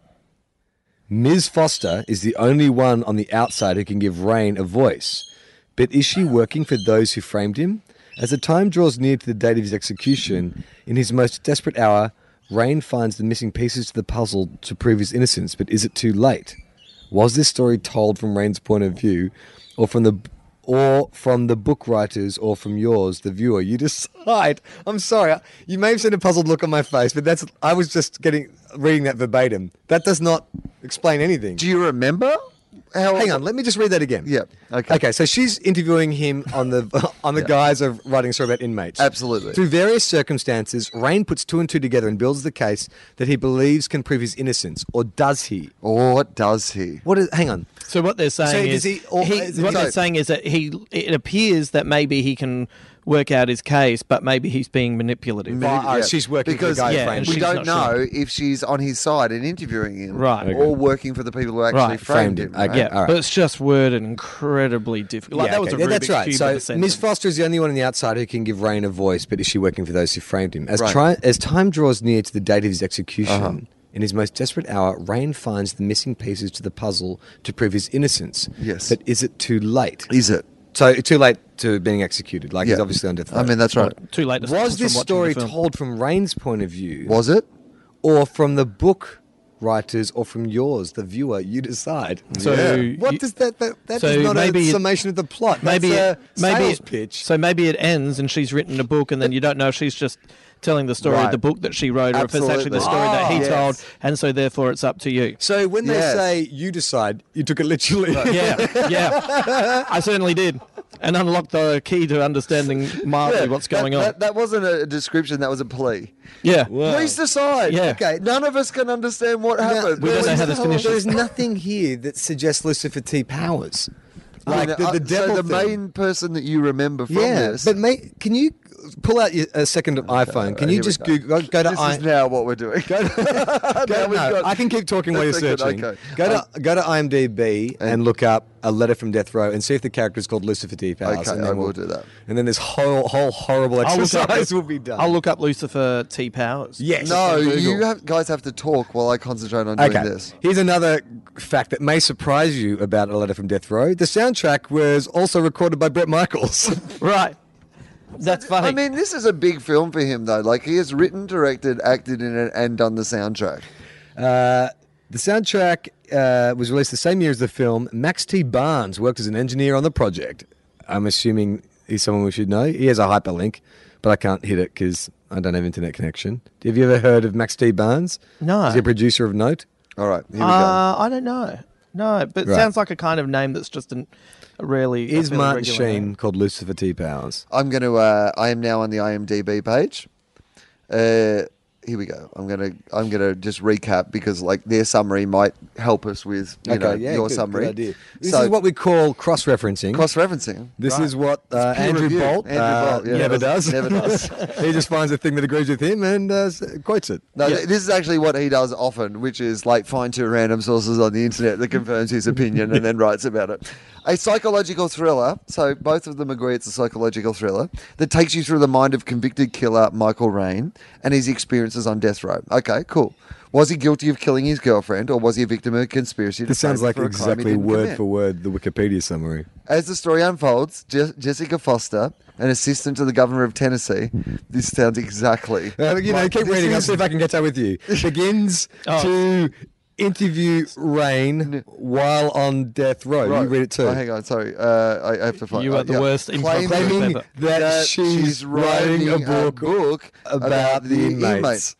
B: Ms. Foster is the only one on the outside who can give Rain a voice. But is she working for those who framed him? As the time draws near to the date of his execution, in his most desperate hour, Rain finds the missing pieces to the puzzle to prove his innocence, but is it too late? Was this story told from Rain's point of view, or from the or from the book writers, or from yours, the viewer? You decide. I'm sorry, I- you may have seen a puzzled look on my face, but that's I was just getting reading that verbatim. That does not explain anything.
C: Do you remember? how
B: Hang on, let me just read that again.
C: Yeah, okay.
B: Okay, so she's interviewing him on the on the guise of writing a story about inmates.
C: Absolutely.
B: Through various circumstances, Rain puts two and two together and builds the case that he believes can prove his innocence, or does he?
C: Or Oh, what does he?
B: What is? Hang on.
D: So what they're saying
B: does
D: is,
B: he- or-
D: he-
B: is it-
D: what
B: so-
D: they're saying is that he. It appears that maybe he can work out his case, but maybe he's being manipulative.
B: Well, uh,
C: Yeah.
B: She's working
C: Because-
B: for the guy
D: Yeah,
B: Rain.
D: and
C: we
D: she's
C: don't
D: not
C: know if she's on his side and interviewing him,
D: Right. Okay.
C: Or working for the people who actually
D: Right,
C: framed,
B: framed him.
C: him. right?
B: Okay.
D: Yeah,
B: all right.
D: but it's just worded incredibly difficult. Like,
B: Yeah,
D: that was
B: okay.
D: a
B: Yeah, that's
D: Rubik's
B: right.
D: cube of a
B: So
D: sentence.
B: Ms. Foster is the only one on the outside who can give Rain a voice, but is she working for those who framed him? As,
C: Right.
B: tri- as time draws near to the date of his execution, in his most desperate hour, Rain finds the missing pieces to the puzzle to prove his innocence.
C: Yes.
B: but is it too late?
C: Is it?
B: so too late to being executed? Like he's
C: Yeah.
B: obviously on death row.
C: I mean, that's right.
D: Too late. To stop us
B: was
D: from
B: this
D: watching
B: story
D: the film.
B: told from Rain's point of view?
C: Was it?
B: or from the book writers, or from yours, the viewer? You decide.
D: So Yeah.
B: what
D: you-
B: does that? That, that
D: so
B: is not
D: maybe
B: a
D: it-
B: summation of the plot.
D: Maybe
B: that's
D: it-
B: a
D: maybe
B: sales
D: it-
B: pitch.
D: So maybe it ends, and she's written a book, and then you don't know if she's just telling the story
C: Right.
D: of the book that she wrote, or if it's actually
C: Absolutely.
D: the story that he
C: Oh, yes.
D: told, and so therefore it's up to you.
B: So when
C: Yes.
B: they say you decide, you took it literally.
D: Yeah, yeah, I certainly did, and unlocked the key to understanding mildly what's
C: That-
D: going on.
C: That, that wasn't a description. That was a plea.
D: yeah,
C: Please decide.
D: Yeah.
C: Okay. None of us can understand what happened.
D: we don't know
C: Please
D: how this
C: tell us.
D: finishes.
B: There's nothing here that suggests Lucifer T. Powers.
C: I
B: Like
C: mean,
B: the,
C: uh,
B: the devil
C: so the
B: thing.
C: main person that you remember from
B: yeah,
C: this.
B: but mate, can you pull out your, a second iPhone? Can
C: here
B: you
C: we
B: just
C: go.
B: Google? Go to
C: this
B: i.
C: is now what we're doing.
B: go to,
C: Now
B: go,
C: we've
B: no,
C: got-
B: I can keep talking while you're
C: That's good,
B: searching.
C: okay. Um,
B: Go to go to IMDb and, look up a letter from Death Row and see if the character is called Lucifer T. Powers.
C: Okay,
B: and
C: I
B: then
C: will
B: we'll-
C: do that.
B: And then this whole whole horrible
D: I'll look up-
B: exercise will be done.
D: I'll look up Lucifer T. Powers.
B: Yes.
C: No,
B: Google.
C: you have, guys have to talk while I concentrate on doing
B: Okay.
C: this.
B: Here's another fact that may surprise you about A Letter from Death Row. The soundtrack was also recorded by Brett Michaels.
D: right. That's funny.
C: I mean, this is a big film for him, though. Like, he has written, directed, acted in it, and done the soundtrack.
B: uh, the soundtrack uh, was released the same year as the film. Max T. Barnes worked as an engineer on the project. I'm assuming he's someone we should know. He has a hyperlink, but I can't hit it because I don't have internet connection. Have you ever heard of Max T. Barnes?
D: No.
B: Is he a producer of note?
C: All right, here we go.
D: uh, I don't know. No, but it
B: Right.
D: sounds like a kind of name that's just an, a rarely. a
B: Is
D: fairly
B: Martin
D: regular
B: Sheen
D: name.
B: called Lucifer T. Powers?
C: I'm going to. Uh, I am now on the IMDb page. Uh, here we go. I'm gonna. I'm gonna just recap because like their summary might help us with you know your
B: good,
C: summary.
B: good idea. This
C: So
B: is what we call cross-referencing.
C: cross-referencing.
B: This is what uh,
C: peer
B: Andrew
C: review.
B: Bolt,
C: Andrew
B: uh,
C: Bolt, yeah,
B: never
C: does-
B: does.
C: never does.
B: he just finds a thing that agrees with him and uh, s- quotes it.
C: No,
D: Yeah.
C: th- this is actually what he does often, which is like find two random sources on the internet that confirms his opinion and then writes about it. A psychological thriller, so both of them agree it's a psychological thriller, that takes you through the mind of convicted killer Michael Rain and his experiences on death row. Okay, cool. Was he guilty of killing his girlfriend or was he a victim of a conspiracy? to
B: This sounds
C: frame him
B: like
C: for a crime he
B: exactly
C: didn't
B: word
C: commit?
B: for word the Wikipedia summary.
C: As the story unfolds, Je- Jessica Foster, an assistant to the governor of Tennessee, this sounds exactly.
B: Uh, you know,
C: like-
B: keep
C: this
B: reading. I'll
C: is-
B: see
C: Oh.
B: if I can catch up with you. Begins to interview Rain while on death row.
C: Right.
B: You read it too.
C: Oh, hang on, sorry. Uh, I, I have to find.
D: You
C: oh,
D: are the
C: yeah.
D: worst intro
C: Claiming
D: player
B: Claiming
D: ever.
B: that,
C: that
B: she's, writing a book, about, the inmates.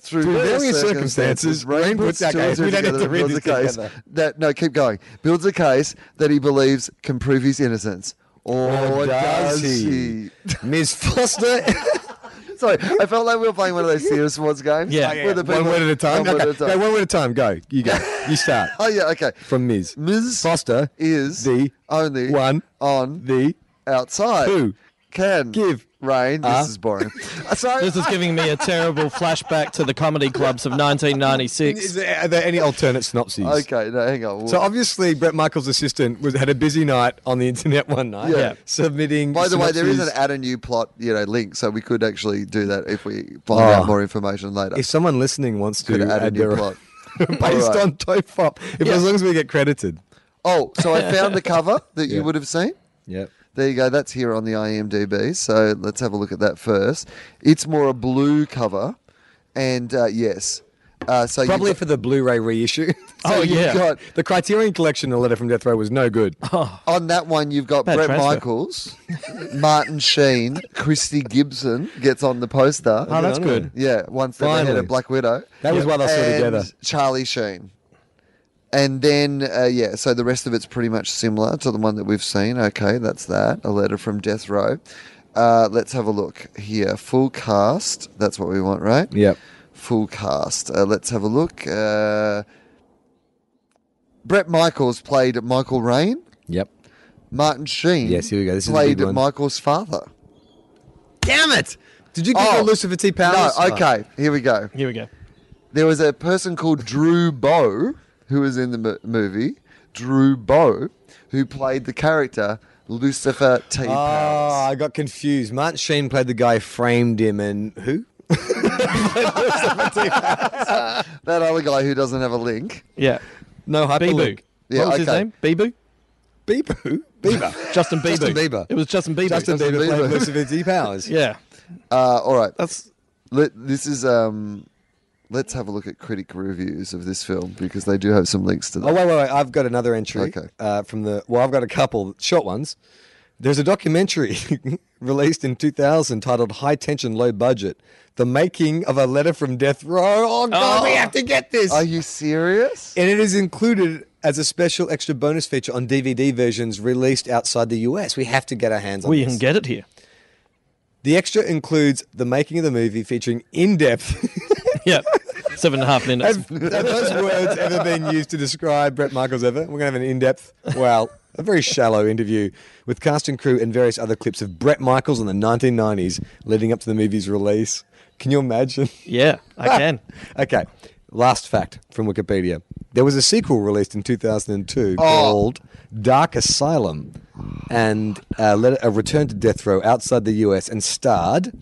C: Through,
B: Through
C: various
B: various circumstances, Rain puts our
C: two
B: case.
C: and two
B: We don't need
C: together
B: to read
C: and builds
B: this
C: a case
B: together.
C: That, no, keep going. Builds a case that he believes can prove his innocence. Or,
B: Or
C: does,
B: does
C: he?
B: he? Ms. Foster.
C: Sorry, I felt like we were playing one of those serious sports games.
D: Yeah.
C: where the
B: Oh, one
C: people-
B: word at a time.
C: One word
B: okay.
C: at a time.
B: Go one word at a time. Go. You go. You start.
C: Oh, yeah, okay.
B: From Ms.
C: Ms.
B: Foster
C: is
B: the
C: only
B: one
C: on
B: the
C: outside.
B: Who
C: can
B: give
C: rain?
B: a-
C: This is boring. Uh, Sorry,
D: This is giving me a terrible flashback to the comedy clubs of 1996.
B: Is there, are there any alternate synopses?
C: okay. No, hang on.
B: So obviously, Brett Michaels' assistant was, had a busy night on the internet one night,
C: Yeah. Yeah.
B: submitting.
C: By the way, there is an
B: synopses.
C: add a new plot, you know, link, so we could actually do that if we find
B: Oh.
C: out more information later.
B: If someone listening wants to
C: could add a
B: add
C: new
B: their
C: plot.
B: based
C: Alright.
B: on Tofop, if as long as we get credited.
C: Oh, so I found the cover that
B: Yeah.
C: you would have seen.
B: Yep.
C: There you go. That's here on the IMDb. So let's have a look at that first. It's more a blue cover, and uh, yes, uh, so
B: Probably
C: you
B: for the Blu-ray reissue.
D: Oh, yeah.
C: got
B: the Criterion Collection, A Letter from Death Row, was no good.
C: On that one, you've got
D: Bad
C: Brett
D: transfer.
C: Michaels, Martin Sheen, Christy Gibson gets on the poster.
D: Oh, that's good.
C: Yeah, one step ahead
B: Finally.
C: of Black Widow.
B: That was what I saw
C: And
B: together.
C: Charlie Sheen. And then, uh, yeah, so the rest of it's pretty much similar to the one that we've seen. Okay, that's that. A letter from death row. Uh, let's have a look here. Full cast. That's what we want, right?
B: Yep.
C: Full cast. Uh, let's have a look. Uh, Brett Michaels played Michael Rain.
B: Yep.
C: Martin Sheen.
B: Yes, here we go. This is a
C: played
B: big one.
C: Michael's father.
B: Damn it! Did you give
C: Oh.
B: her Lucifer T. Powers?
C: No, okay. Here we go.
D: Here we go.
C: There was a person called Drew Bow who was in the mo- movie. Drew Bow, who played the character Lucifer T.
B: Oh,
C: Powers.
B: I got confused. Martin Sheen played the guy who framed him, and who?
C: That other guy who doesn't have a link.
D: Yeah.
B: No,
D: Bieber.
B: hyperlink.
C: Yeah,
D: what was his
C: okay.
D: name? Bieber?
B: Bieber. Bieber.
D: Justin Bieber.
B: Justin Bieber.
D: It was Justin Bieber.
B: Justin Bieber,
C: Bieber.
B: played Lucifer T. Powers.
D: Yeah.
C: Uh, all right.
D: That's
C: Let, this is. Um, let's have a look at critic reviews of this film because they do have some links to that.
B: Oh wait, wait, wait! I've got another entry
C: Okay.
B: uh, from the. Well, I've got a couple short ones. There's a documentary released in 2000 titled "High Tension, Low Budget: The Making of a Letter from Death Row." Oh God, we have to get this,
C: Are you serious?
B: and it is included as a special extra bonus feature on DVD versions released outside the US. We have to get our hands on.
D: we
B: this.
D: can get it here.
B: The extra includes the making of the movie featuring in-depth.
D: Yeah. Seven and a half minutes.
B: have, have those words ever been used to describe Brett Michaels ever? We're going to have an in-depth, well, a very shallow interview with cast and crew and various other clips of Brett Michaels in the 1990s leading up to the movie's release. Can you imagine?
D: Yeah, I can.
B: okay. Last fact from Wikipedia. There was a sequel released in 2002 called Dark Asylum and uh, let a return to death row outside the US and starred.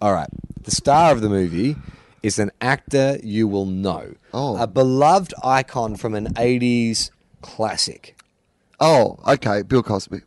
B: All right. The star of the movie is an actor you will know.
C: Oh.
B: A beloved icon from an 80s classic.
C: Oh, okay. Bill Cosby.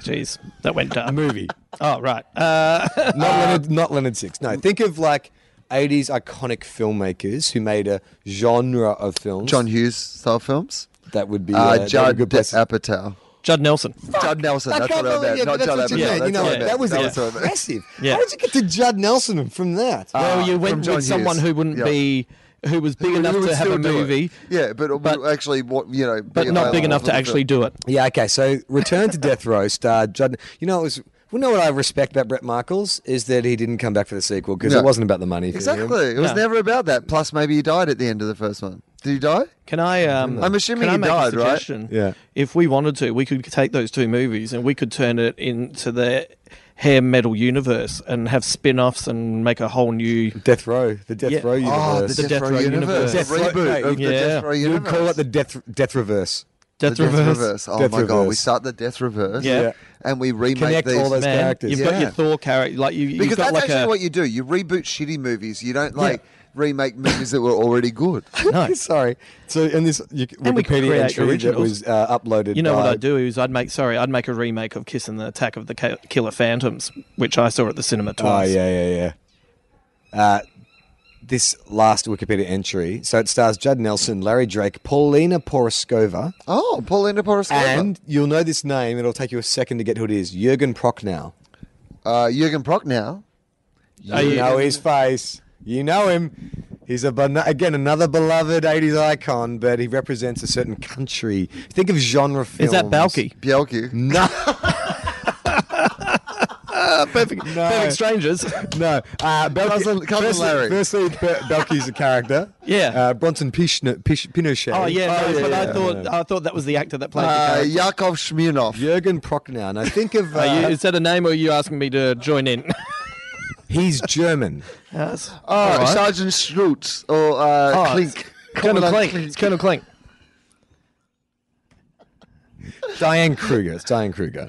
D: Jeez, that went dark.
B: Movie.
D: Oh, right. Uh,
B: not Leonard, not Leonard Six. No, think of like 80s iconic filmmakers who made a genre of films.
C: John Hughes style films.
B: That would be,
C: Uh,
B: uh, that would be
C: Judd
B: a good place.
C: Apatow.
D: Judd Nelson.
C: Judd Nelson. That's what I meant. Not Judd Apatow. That's
D: meant.
B: You know,
C: what I
B: what,
C: meant.
B: that was
D: That
C: was what I meant.
B: impressive.
D: Yeah.
B: How did you get to Judd Nelson from that?
D: well, you
C: Ah, from
D: went
C: John
D: with someone
C: Hughes.
D: who wouldn't
C: Yeah.
D: be, who was big enough
C: Who would
D: to have
C: still
D: a
C: do it.
D: movie,
C: Yeah, but, but actually, what you know,
D: but not big
C: available
D: enough
C: for
D: to
C: the
D: actually
C: film.
D: do it.
B: yeah, okay. So Return to Death Row starred Judd. You know, it was. You know what I respect about Brett Michaels is that he didn't come back for the sequel because
C: No.
B: it wasn't about the money. For him.
C: Exactly. It was
D: No.
C: never about that. Plus, maybe he died at the end of the first one. Did he die?
D: Can I? Um,
C: I'm assuming
D: can I
C: he
D: make
C: died,
D: a
C: right?
D: suggestion?
B: Yeah.
D: If we wanted to, we could take those two movies and we could turn it into the hair metal universe and have spin-offs and make a whole new.
B: Death Row, the Death
D: Yeah.
B: Row universe.
C: Oh, the, Death, Row universe.
D: Death
B: Row-
C: reboot of
D: Yeah.
C: the Death Row
B: you
C: universe.
B: would call it the Death Death Reverse.
D: Death,
C: The
D: Reverse.
C: Oh
B: Death
C: my god, we
B: Reverse.
C: start the Death Reverse.
D: Yeah. Yeah.
C: And we remake
B: Connect
C: these.
B: all those
D: Man,
B: characters.
D: you've
C: Yeah.
D: got your Thor character, like you, you've
C: because
D: got
C: that's
D: like
C: actually
D: a
C: what you do. You reboot shitty movies. You don't like remake movies that were already good.
D: no.
B: Sorry. So in this you,
D: And we could
B: Wikipedia
D: create
B: entry that
D: originals.
B: was uh, uploaded.
D: You know what
B: by-
D: I'd do is I'd make sorry I'd make a remake of Kiss and the Attack of the Ki- Killer Phantoms, which I saw at the cinema
B: Oh
D: twice.
B: yeah, yeah, yeah. Uh, this last Wikipedia entry. So it stars Judd Nelson, Larry Drake, Paulina Poroskova,
C: Oh, Paulina Poroshenko.
B: and you'll know this name. It'll take you a second to get who it is. Jürgen Prochnow.
C: uh, Jurgen Prochnow.
D: Are
B: You
D: you-
B: know his face. You know him. He's a ben- again another beloved '80s icon, but he represents a certain country. Think of genre
D: Is
B: films.
D: that Balky?
C: Bielke.
B: No,
D: Uh, Perfect,
B: No.
D: perfect strangers.
B: no. Uh, Balky,
C: Cousin- cousin
B: firstly,
C: Larry.
B: Firstly, Ba- Balky's a character.
D: Yeah.
B: Uh, Bronson Pishno- Pish- Pinochet.
D: Oh yeah, no,
C: yeah,
D: but I
C: yeah.
D: thought I thought that was the actor that played the
C: Uh,
D: character.
C: Yakov Smirnov.
B: Jurgen Prochnow. Now think of uh,
D: Are you, is that a name, or are you asking me to join in?
B: he's German.
D: Yes.
C: Oh,
D: All right.
C: Sergeant Schrutz or uh,
D: Oh,
C: Klink.
D: it's Colonel
C: Commandant
D: Clink. It's Colonel Clink.
B: Diane Kruger. It's Diane Kruger.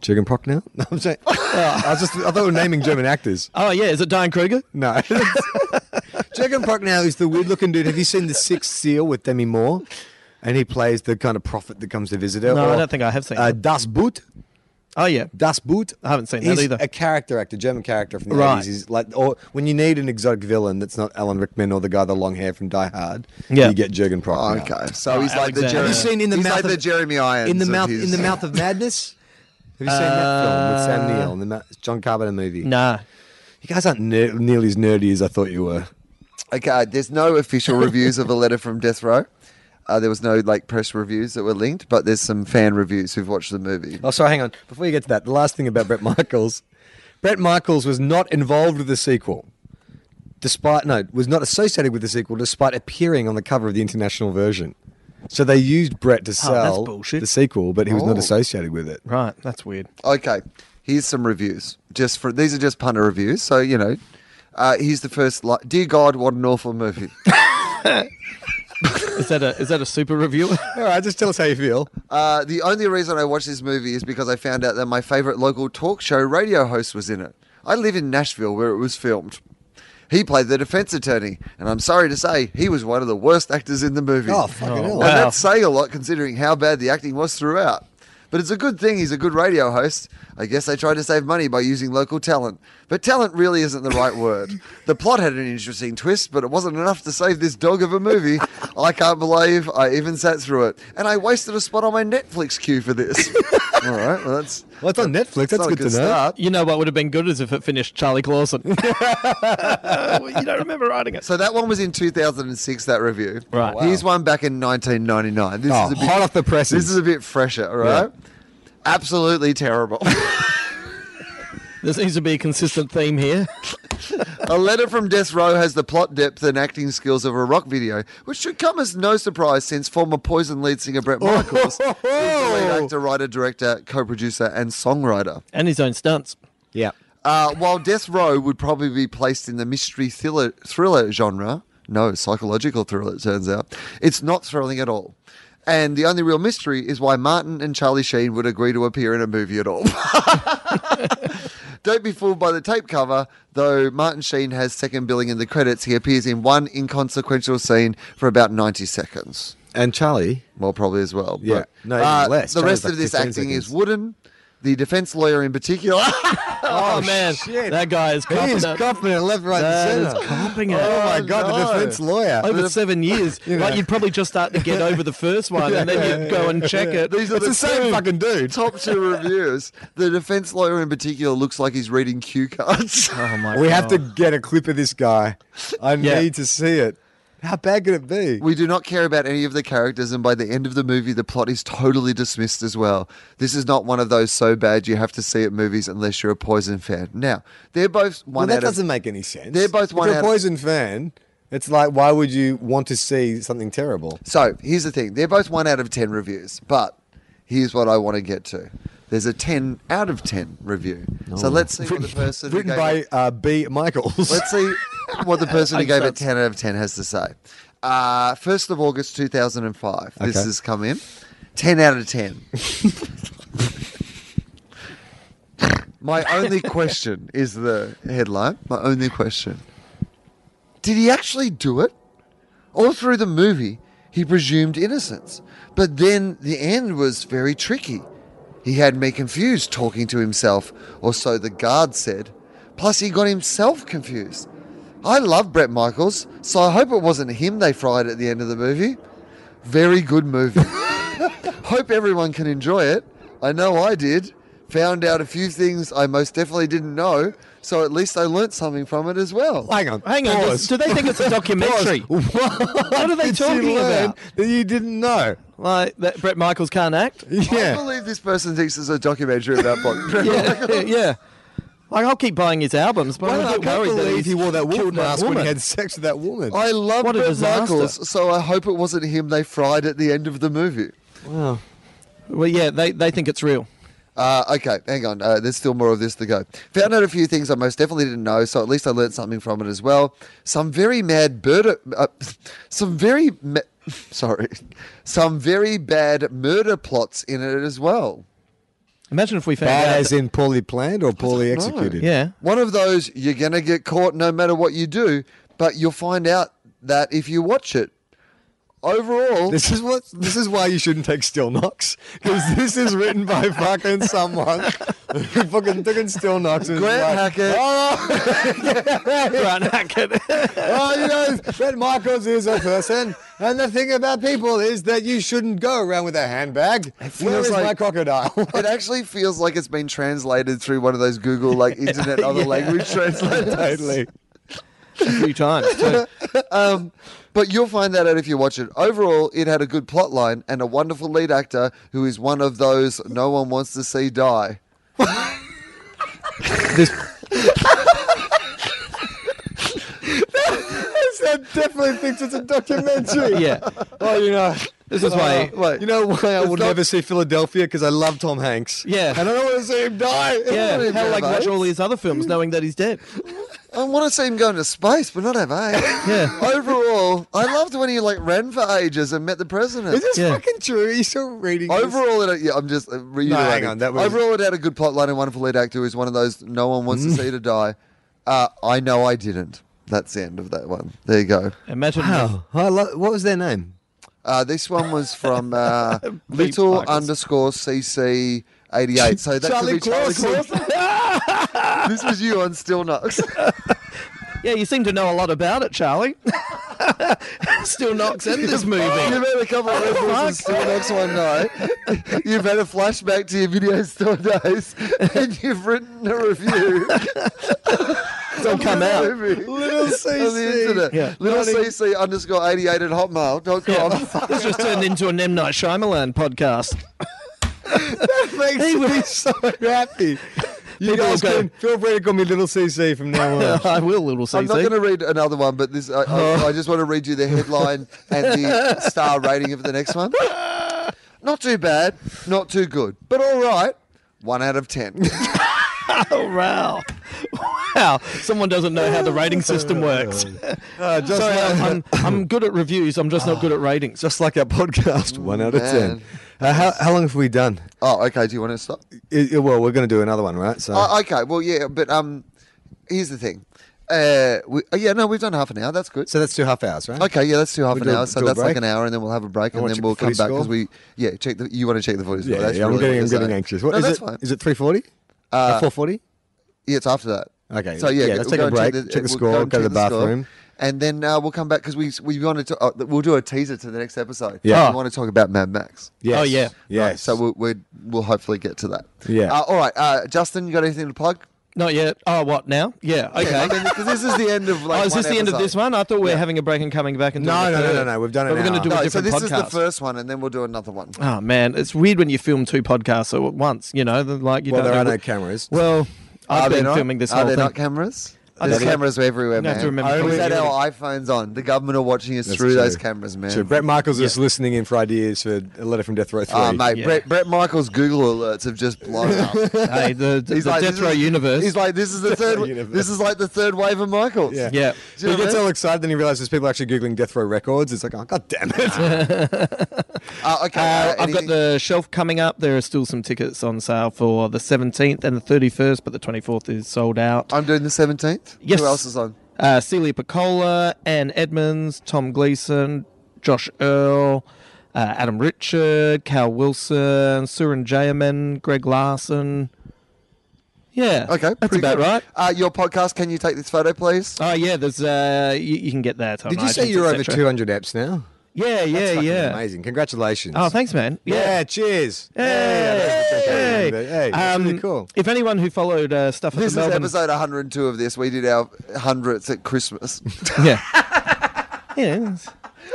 B: Jurgen Prochnow. No, I'm saying. I was just. I thought we were naming German actors.
D: Oh yeah, is it Diane Kruger?
B: No. Jurgen Prochnow is the weird-looking dude. Have you seen The Sixth Seal with Demi Moore? And he plays the kind of prophet that comes to visit her.
D: No, I
B: Or,
D: don't think I have seen
B: Uh,
D: that.
B: das Boot.
D: Oh yeah,
B: Das Boot.
D: I haven't seen
B: He's
D: that either.
B: a character actor, German character from the
D: Right.
B: 80s. He's like, or when you need an exotic villain that's not Alan Rickman or the guy with the long hair from Die Hard,
D: Yeah.
B: you get Jurgen
C: Oh,
B: Prochnow.
C: okay. So he's
D: Oh,
C: like the
D: Alexander.
C: Jeremy.
D: Have you
B: seen in the
C: he's
B: mouth
C: like
B: of-
C: the Jeremy Irons
B: in the
C: of
B: mouth
C: his- Uh,
B: in the mouth of madness. Have you seen that film with Sam Neill and the ma- John Carpenter movie?
D: nah.
B: You guys aren't ner- nearly as nerdy as I thought you were.
C: uh, Okay, there's no official reviews of a letter from Death Row. Uh, there was no like press reviews that were linked, but there's some fan reviews who've watched the movie.
B: Oh, sorry, hang on. Before you get to that, the last thing about Brett Michaels. Brett Michaels was not involved with the sequel, despite, no, was not associated with the sequel, despite appearing on the cover of the international version. So they used Brett to sell
D: bullshit.
B: the sequel, but he was not
C: Oh.
B: associated with it.
D: Right, that's weird.
C: Okay, here's some reviews. Just for these are just punter reviews, so you know. Uh, here's the first. Li- Dear God, what an awful movie.
D: Is that a is that a super reviewer?
B: All right, just tell us how you feel.
C: Uh, the only reason I watched this movie is because I found out that my favorite local talk show radio host was in it. I live in Nashville where it was filmed. He played the defense attorney, and I'm sorry to say, he was one of the worst actors in the movie.
B: Oh, fucking hell.
C: And
D: wow.
C: that's saying a lot considering how bad the acting was throughout. But it's a good thing he's a good radio host. I guess they tried to save money by using local talent. But talent really isn't the right word. The plot had an interesting twist, but it wasn't enough to save this dog of a movie. I can't believe I even sat through it. And I wasted a spot on my Netflix queue for this. All right, well, that's,
B: Well, it's on Netflix. That's
C: not a
B: good,
C: good
B: to know.
C: start.
D: You know what would have been good is if it finished Charlie Clausen. Well, you don't remember writing it.
C: So that one was in 2006, that review.
D: Right. Wow.
C: Here's one back in 1999. This
B: Oh,
C: is a bit,
B: hot off the presses.
C: This is a bit fresher, all right? Absolutely terrible.
D: There seems to be a consistent theme here.
C: A Letter from Death Row has the plot depth and acting skills of a rock video, which should come as no surprise since former Poison lead singer Brett Michaels is the lead actor, writer, director, co-producer, and songwriter.
D: And his own stunts.
B: Yeah.
C: Uh, while Death Row would probably be placed in the mystery thriller, thriller genre, no, psychological thriller, it turns out, it's not thrilling at all. And the only real mystery is why Martin and Charlie Sheen would agree to appear in a movie at all. Don't be fooled by the tape cover, though Martin Sheen has second billing in the credits. He appears in one inconsequential scene for about 90 seconds.
B: And Charlie.
C: Well, probably as well.
B: Yeah.
C: but,
B: No,
C: uh,
B: even less.
C: The
B: Charlie's
C: rest
B: like
C: of this
B: 15
C: acting is
B: seconds.
C: wooden. The defense lawyer in particular.
D: Oh, man,
B: shit.
D: that guy is
B: He
D: confident.
B: is confident left, right,
D: That
B: and
D: is
B: centre.
D: copping it.
B: Oh, my God, the
C: no.
B: defence lawyer.
D: Over seven years,
B: You know.
D: like you'd probably just start to get over the first one, and then you'd go and check it.
C: These are
B: It's the same
C: two
B: fucking dude.
C: Top two reviews. The defense lawyer in particular looks like he's reading cue cards.
D: Oh my
B: We have to
D: God.
B: get a clip of this guy. I
D: Yeah.
B: need to see it. How bad could it be?
C: We do not care about any of the characters, and by the end of the movie, the plot is totally dismissed as well. This is not one of those so bad you have to see at movies unless you're a Poison fan. Now, they're both
B: well,
C: one
B: that
C: out of-
B: doesn't make any sense.
C: They're both
B: If
C: one
B: you're a
C: out of-
B: Poison fan, it's like, why would you want to see something terrible?
C: So here's the thing: they're both one out of ten reviews, but here's what I want to get to. There's a ten out of ten review. So let's see what the person who
B: Written
C: gave
B: by
C: it-
B: uh, B. Michaels.
C: Let's see what the person who
D: Makes
C: gave it
D: sense.
C: 10 out of 10 has to say. Uh, 1st of August 2005. This
B: Okay.
C: has come in. 10 out of 10. My only question is the headline. My only question. Did he actually do it? All through the movie, he presumed innocence. But then the end was very tricky. He had me confused talking to himself, or so the guard said. Plus, he got himself confused. I love Brett Michaels, so I hope it wasn't him they fried at the end of the movie. Very good movie. hope everyone can enjoy it. I know I did. Found out a few things I most definitely didn't know, so at least I learnt something from it as well.
B: hang on.
D: Hang on,
B: Pause.
D: does- do they think it's a documentary?
B: Pause. What,
D: What are they
B: did you
D: talking
B: learn
D: about?
B: That you didn't know.
D: Like that Brett Michaels can't act.
C: I
B: Yeah.
C: believe this person thinks it's a documentary about Bond.
D: Yeah, yeah. Like I'll keep buying his albums, but
B: Why
D: I'm
B: I
D: not
B: can't
D: worried that
B: believe
D: he's
B: he wore that wolf
D: killed
B: mask when
D: woman.
B: he had sex with that woman.
C: I love
D: What a
C: Brett
D: disaster.
C: Michaels, so I hope it wasn't him they fried at the end of the movie.
D: Well, yeah, they, they think it's real.
C: Uh, okay, hang on. Uh, there's still more of this to go. Found out a few things I most definitely didn't know, so at least I learned something from it as well. Some very mad bird, uh, some very, ma- sorry, some very bad murder plots in it as well.
D: Imagine if we found
B: Bad
D: out.
B: as
D: that-
B: in poorly planned or poorly
C: know.
B: executed?
D: yeah.
C: One of those you're gonna get caught no matter what you do, but you'll find out that if you watch it. Overall,
B: This is what. This is why you shouldn't take Still Knox because this is written by fucking someone who fucking took in Still Knox. And was
C: Grant
B: like,
C: Hackett.
B: All right,
D: Right, I get it.
B: well, "Oh, you know, Brett Michaels is a person, and the thing about people is that you shouldn't go around with a handbag. Where
C: feels
B: is my
C: like-
B: crocodile?
C: It actually feels like it's been translated through one of those Google like internet other language translators.
B: totally.
D: a few times. too.
C: Um, but you'll find that out if you watch it. Overall, it had a good plot line and a wonderful lead actor who is one of those no one wants to see die.
B: This,
C: definitely thinks it's a documentary.
D: yeah,
B: oh, you know,
D: this is why.
C: Wait,
B: you know why I will
C: not-
B: never see Philadelphia because I love Tom Hanks.
D: Yeah.
B: and I don't want to see him die.
D: yeah,
C: really
D: how like
C: bad
D: watch all his other films knowing that he's dead.
C: I want to see him go into space, but not have AIDS.
D: Yeah.
C: Overall, I loved when he like ran for ages and met the president.
B: Is this
D: Yeah.
B: fucking true? Are you still reading? this?
C: Overall, it, yeah, I'm just uh, reiterating.
B: on, that was-
C: Overall, it had a good plotline and wonderful lead actor who's one of those no one wants to see to die. Uh, I know I didn't. That's the end of that one. There you go.
D: Imagine
B: Wow. oh, I lo- what was their name?
C: Uh, this one was from uh, little
D: Parkers.
C: underscore cc. 88. So that could be Charlie Clausen. this was you on Still Knox.
D: Yeah, you seem to know a lot about it, Charlie. Still knocks in this
C: You've
D: movie.
C: had a couple of Red Bulls and Still Knox one night. You've had a flashback to your video store days and you've written a review.
D: Don't come out.
C: Little
B: CC.
D: Yeah.
C: Little CC underscore 88 at hotmail.com.
D: This just turned into an M Night Shyamalan podcast.
B: Makes me so happy. You
D: People
B: guys
D: go-
B: can feel free to call me Little CC from now on.
D: I will, little
C: I'm not going
D: CC.
C: to read another one, but this I,
B: Oh.
C: I, I just want to read you the headline and the star rating of the next one. Not too bad, not too good, but all right. One out of ten.
D: Oh, wow. Wow. Someone doesn't know how the rating system works.
B: Uh, just,
D: Sorry,
B: like,
D: I'm, I'm, I'm good at reviews. I'm just not good at ratings.
B: just like our podcast, one out of
C: man.
B: ten. Uh, how, how long have we done?
C: oh, okay. Do you want to stop?
B: I- I- well, we're going to do another one, right? So
C: Oh, okay. Well, yeah, but um, here's the thing. Uh, we, oh, yeah, no, we've done half an hour. That's good.
B: so that's two half hours, right?
C: Okay, yeah, that's two half
B: We
C: an
B: do a-
C: hour. So
B: do a
C: that's like
B: break?
C: an hour, and then we'll have a break,
B: I
C: and
B: wanna
C: then
B: check
C: we'll
B: the
C: come
B: footy
C: back because
B: score.
C: we yeah check the you want to check the footage.
B: Yeah, yeah, I'm getting, I'm getting anxious. What
C: no,
B: is
C: that's
B: it?
C: fine.
B: Is it 3:40?
C: Uh,
B: 4:40?
C: Yeah, it's after that.
B: Okay,
C: So yeah,
B: yeah,
C: go-
B: let's
C: we'll
B: take a
C: go and
B: break, check the
C: we'll
B: score,
C: and
B: go to
C: check
B: the
C: score,
B: bathroom.
C: and then uh, we'll come back because we we wanted to. Uh, we'll do a teaser to the next episode.
B: Yeah.
C: we want to talk about Mad Max.
B: Yes.
D: Oh, yeah.
B: Yes.
C: Right, so we'll, we'll we'll hopefully get to that.
B: Yeah.
C: Uh, all right, uh, Justin, you got anything to plug?
D: Not yet. Oh, what now? Yeah, okay.
C: Because this is the end of like.
D: oh, is
C: one
D: this the end of
C: episode.
D: this one? I thought we were having a break and coming back and doing
B: No,
D: the
B: no, no,
D: third.
B: no, no, we've done
D: But
B: an
D: We're going
B: hour.
D: to do
C: No,
D: a
C: so
D: different
C: this
D: podcast.
C: is the first one, and then we'll do another one.
D: Oh man, it's weird when you film two podcasts at once. You know, they're like you
B: Well,
D: don't
B: there are
D: know
B: no
D: what-
B: cameras.
D: Well,
C: Are
D: I've
C: there
D: been
C: not?
D: filming this
C: Are
D: whole
C: there
D: thing.
C: not cameras? There's
D: don't know.
C: cameras everywhere,
D: You
C: man.
D: have to remember
C: we
D: things.
C: had our iPhones on. The government are watching us
B: That's
C: through
B: true.
C: those cameras, man.
B: So Brett Michaels is listening in for ideas for a letter from Death Row Three.
C: Oh, mate,
D: Yeah.
C: Brett, Brett Michaels' Google alerts have just blown up.
D: hey, the, the, the
C: this
D: Death Row
C: is-
D: universe.
C: He's like, this is the third.
B: Universe.
C: this is like the third wave of Michaels.
B: Yeah.
D: yeah.
C: Do you
B: he
C: know what
B: gets
C: I mean?
B: all excited, then he realizes people are actually googling Death Row Records. It's like, oh god damn it!
C: Uh, okay.
D: Uh,
C: uh,
D: I've got
C: anything-
D: the shelf coming up. There are still some tickets on sale for the 17th and the 31st, but the 24th is sold out.
C: I'm doing the 17th.
D: Yes.
C: Oh, Who else is on?
D: Uh, Celia Piccola, Ann Edmonds, Tom Gleason, Josh Earl, uh, Adam Richard, Cal Wilson, Surin Jayaman, Greg Larson. Yeah.
C: Okay.
D: That's
C: pretty
D: about
C: good.
D: right.
C: Uh, your podcast. Can you take this photo, please?
D: Oh yeah, there's uh, you, you can get that. On
B: Did you say
D: iTunes,
B: you're over
D: etc.
B: 200 apps now?
D: Yeah, yeah,
B: Fucking
D: yeah.
B: Amazing! Congratulations.
D: Oh, thanks, man.
B: Yeah,
D: Yeah.
B: cheers.
D: Hey,
B: Hey, hey, that's really
D: Um,
B: cool.
D: If anyone who followed uh, stuff at
C: This
D: the
C: is
D: Melbourne,
C: episode 102 of this. We did our hundredth at Christmas.
D: yeah, yeah, it's-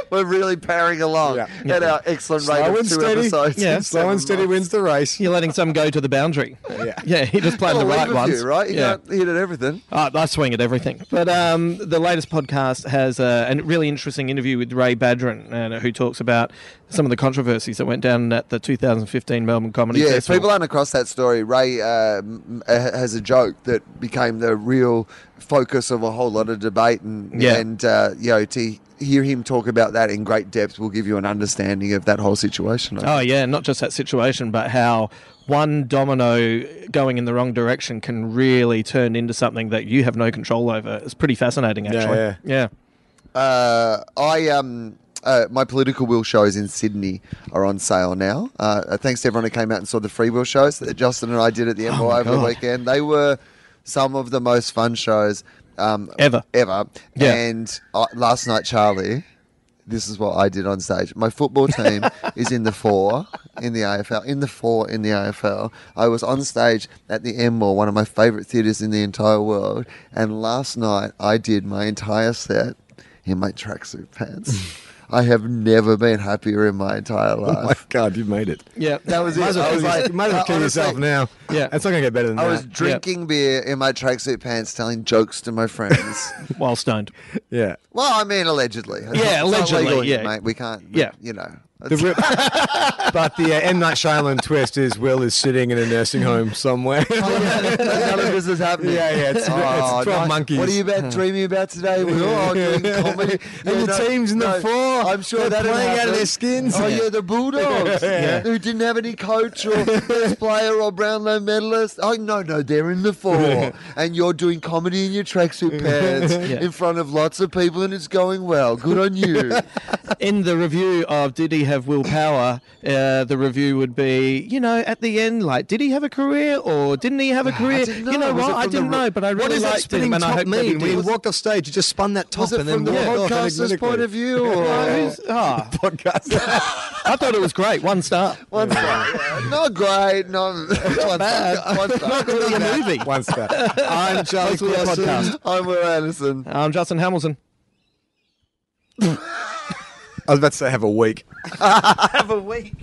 C: We're really powering along
B: Yeah.
C: at our excellent rate
B: Slow
C: of
B: and
C: two
B: steady.
C: episodes.
D: Yeah.
C: in
B: Slow
C: seven
B: and steady
C: months.
B: wins the race.
D: you're letting some go to the boundary.
B: Yeah.
D: yeah, he just playing
C: Got
D: the
C: a leap
D: right
C: of
D: ones.
C: you, right? You
D: yeah.
C: can't hit at everything.
D: Oh, I swing at everything. But um, the latest podcast has a, a really interesting interview with Ray Badron, uh, who talks about some of the controversies that went down at the 2015 Melbourne Comedy
C: Yeah, if
D: Festival.
C: people aren't across that story, Ray uh, m- uh, has a joke that became the real focus of a whole lot of debate, and
D: Yeah.
C: and uh, you know to hear him talk about that in great depth will give you an understanding of that whole situation. I
D: Oh yeah, not just that situation, but how one domino going in the wrong direction can really turn into something that you have no control over. It's pretty fascinating, actually.
B: yeah.
C: uh, I um. Uh, my political will shows in Sydney are on sale now. Uh, uh, thanks to everyone who came out and saw the free will shows that Justin and I did at the MBY over the
D: Oh God.
C: weekend. They were some of the most fun shows um,
D: Ever.
C: ever.
D: Yeah.
C: And uh, last night, Charlie This is what I did on stage. My football team is in the four in the AFL. In the four in the AFL. I was on stage at the Enmore, one of my favourite theatres in the entire world. And last night I did my entire set in my tracksuit pants. I have never been happier in my entire
B: Oh my
C: life.
B: God, you've made it.
D: Yeah, that was
B: Might
D: it.
B: as well,
C: I was
B: kill
C: like-
B: yourself- might as well
C: I-
B: kill yourself
C: honestly-
B: now.
D: Yeah.
B: That's not going to get better than
C: I
B: that.
C: was drinking beer in my tracksuit pants, telling jokes to my friends.
D: While stoned.
B: yeah.
C: well, I mean, allegedly. It's
D: Yeah,
C: not- it's not
D: allegedly,
C: legal yet,
D: yeah.
C: mate. We can't. we-
D: Yeah.
C: you know.
B: The rip- but the uh, M Night Shyamalan twist is Will is sitting in a nursing home somewhere.
C: None of this is happening.
B: Yeah, yeah, it's- it's 12 monkeys.
C: Ah, What are you about dreaming about today? We're all doing comedy.
B: And your team's in the four.
C: I'm sure
B: They're
C: that
B: playing out of
C: happened.
B: their skins.
C: Oh yeah, the Bulldogs who didn't have any coach or best player or Brownlow medalist. Oh no, no, they're in the four, and you're doing comedy in your tracksuit pants in front of lots of people, and it's going well. Good on you.
D: In the review of Did He Have Willpower, uh, the review would be, you know, at the end, like, did he have a career or didn't he have a career?
C: didn't
D: You know
C: know. Was
D: what?
C: it
D: I
C: from the
D: didn't
C: re-
D: know, but I
B: What
D: really
B: is that
D: liked him
B: spinning
D: and I
B: top
D: hope that he
B: mean? When he
D: did.
B: walked off stage, he just spun that top
C: Was it
B: and then
C: from the
B: walked off
C: podcaster's
B: enigmatically.
C: point of view?
D: Oh,
C: Or...
D: who's- ah, I thought it was great. One star.
C: One star. Not great. Not, one star. One star.
D: Really a movie.
B: Once that. I'm Charlie
D: Mostly a
B: Clausen.
D: podcast.
C: I'm Will Anderson.
D: I'm Justin Hamilton.
B: I was about to say have a week.
E: Have a week.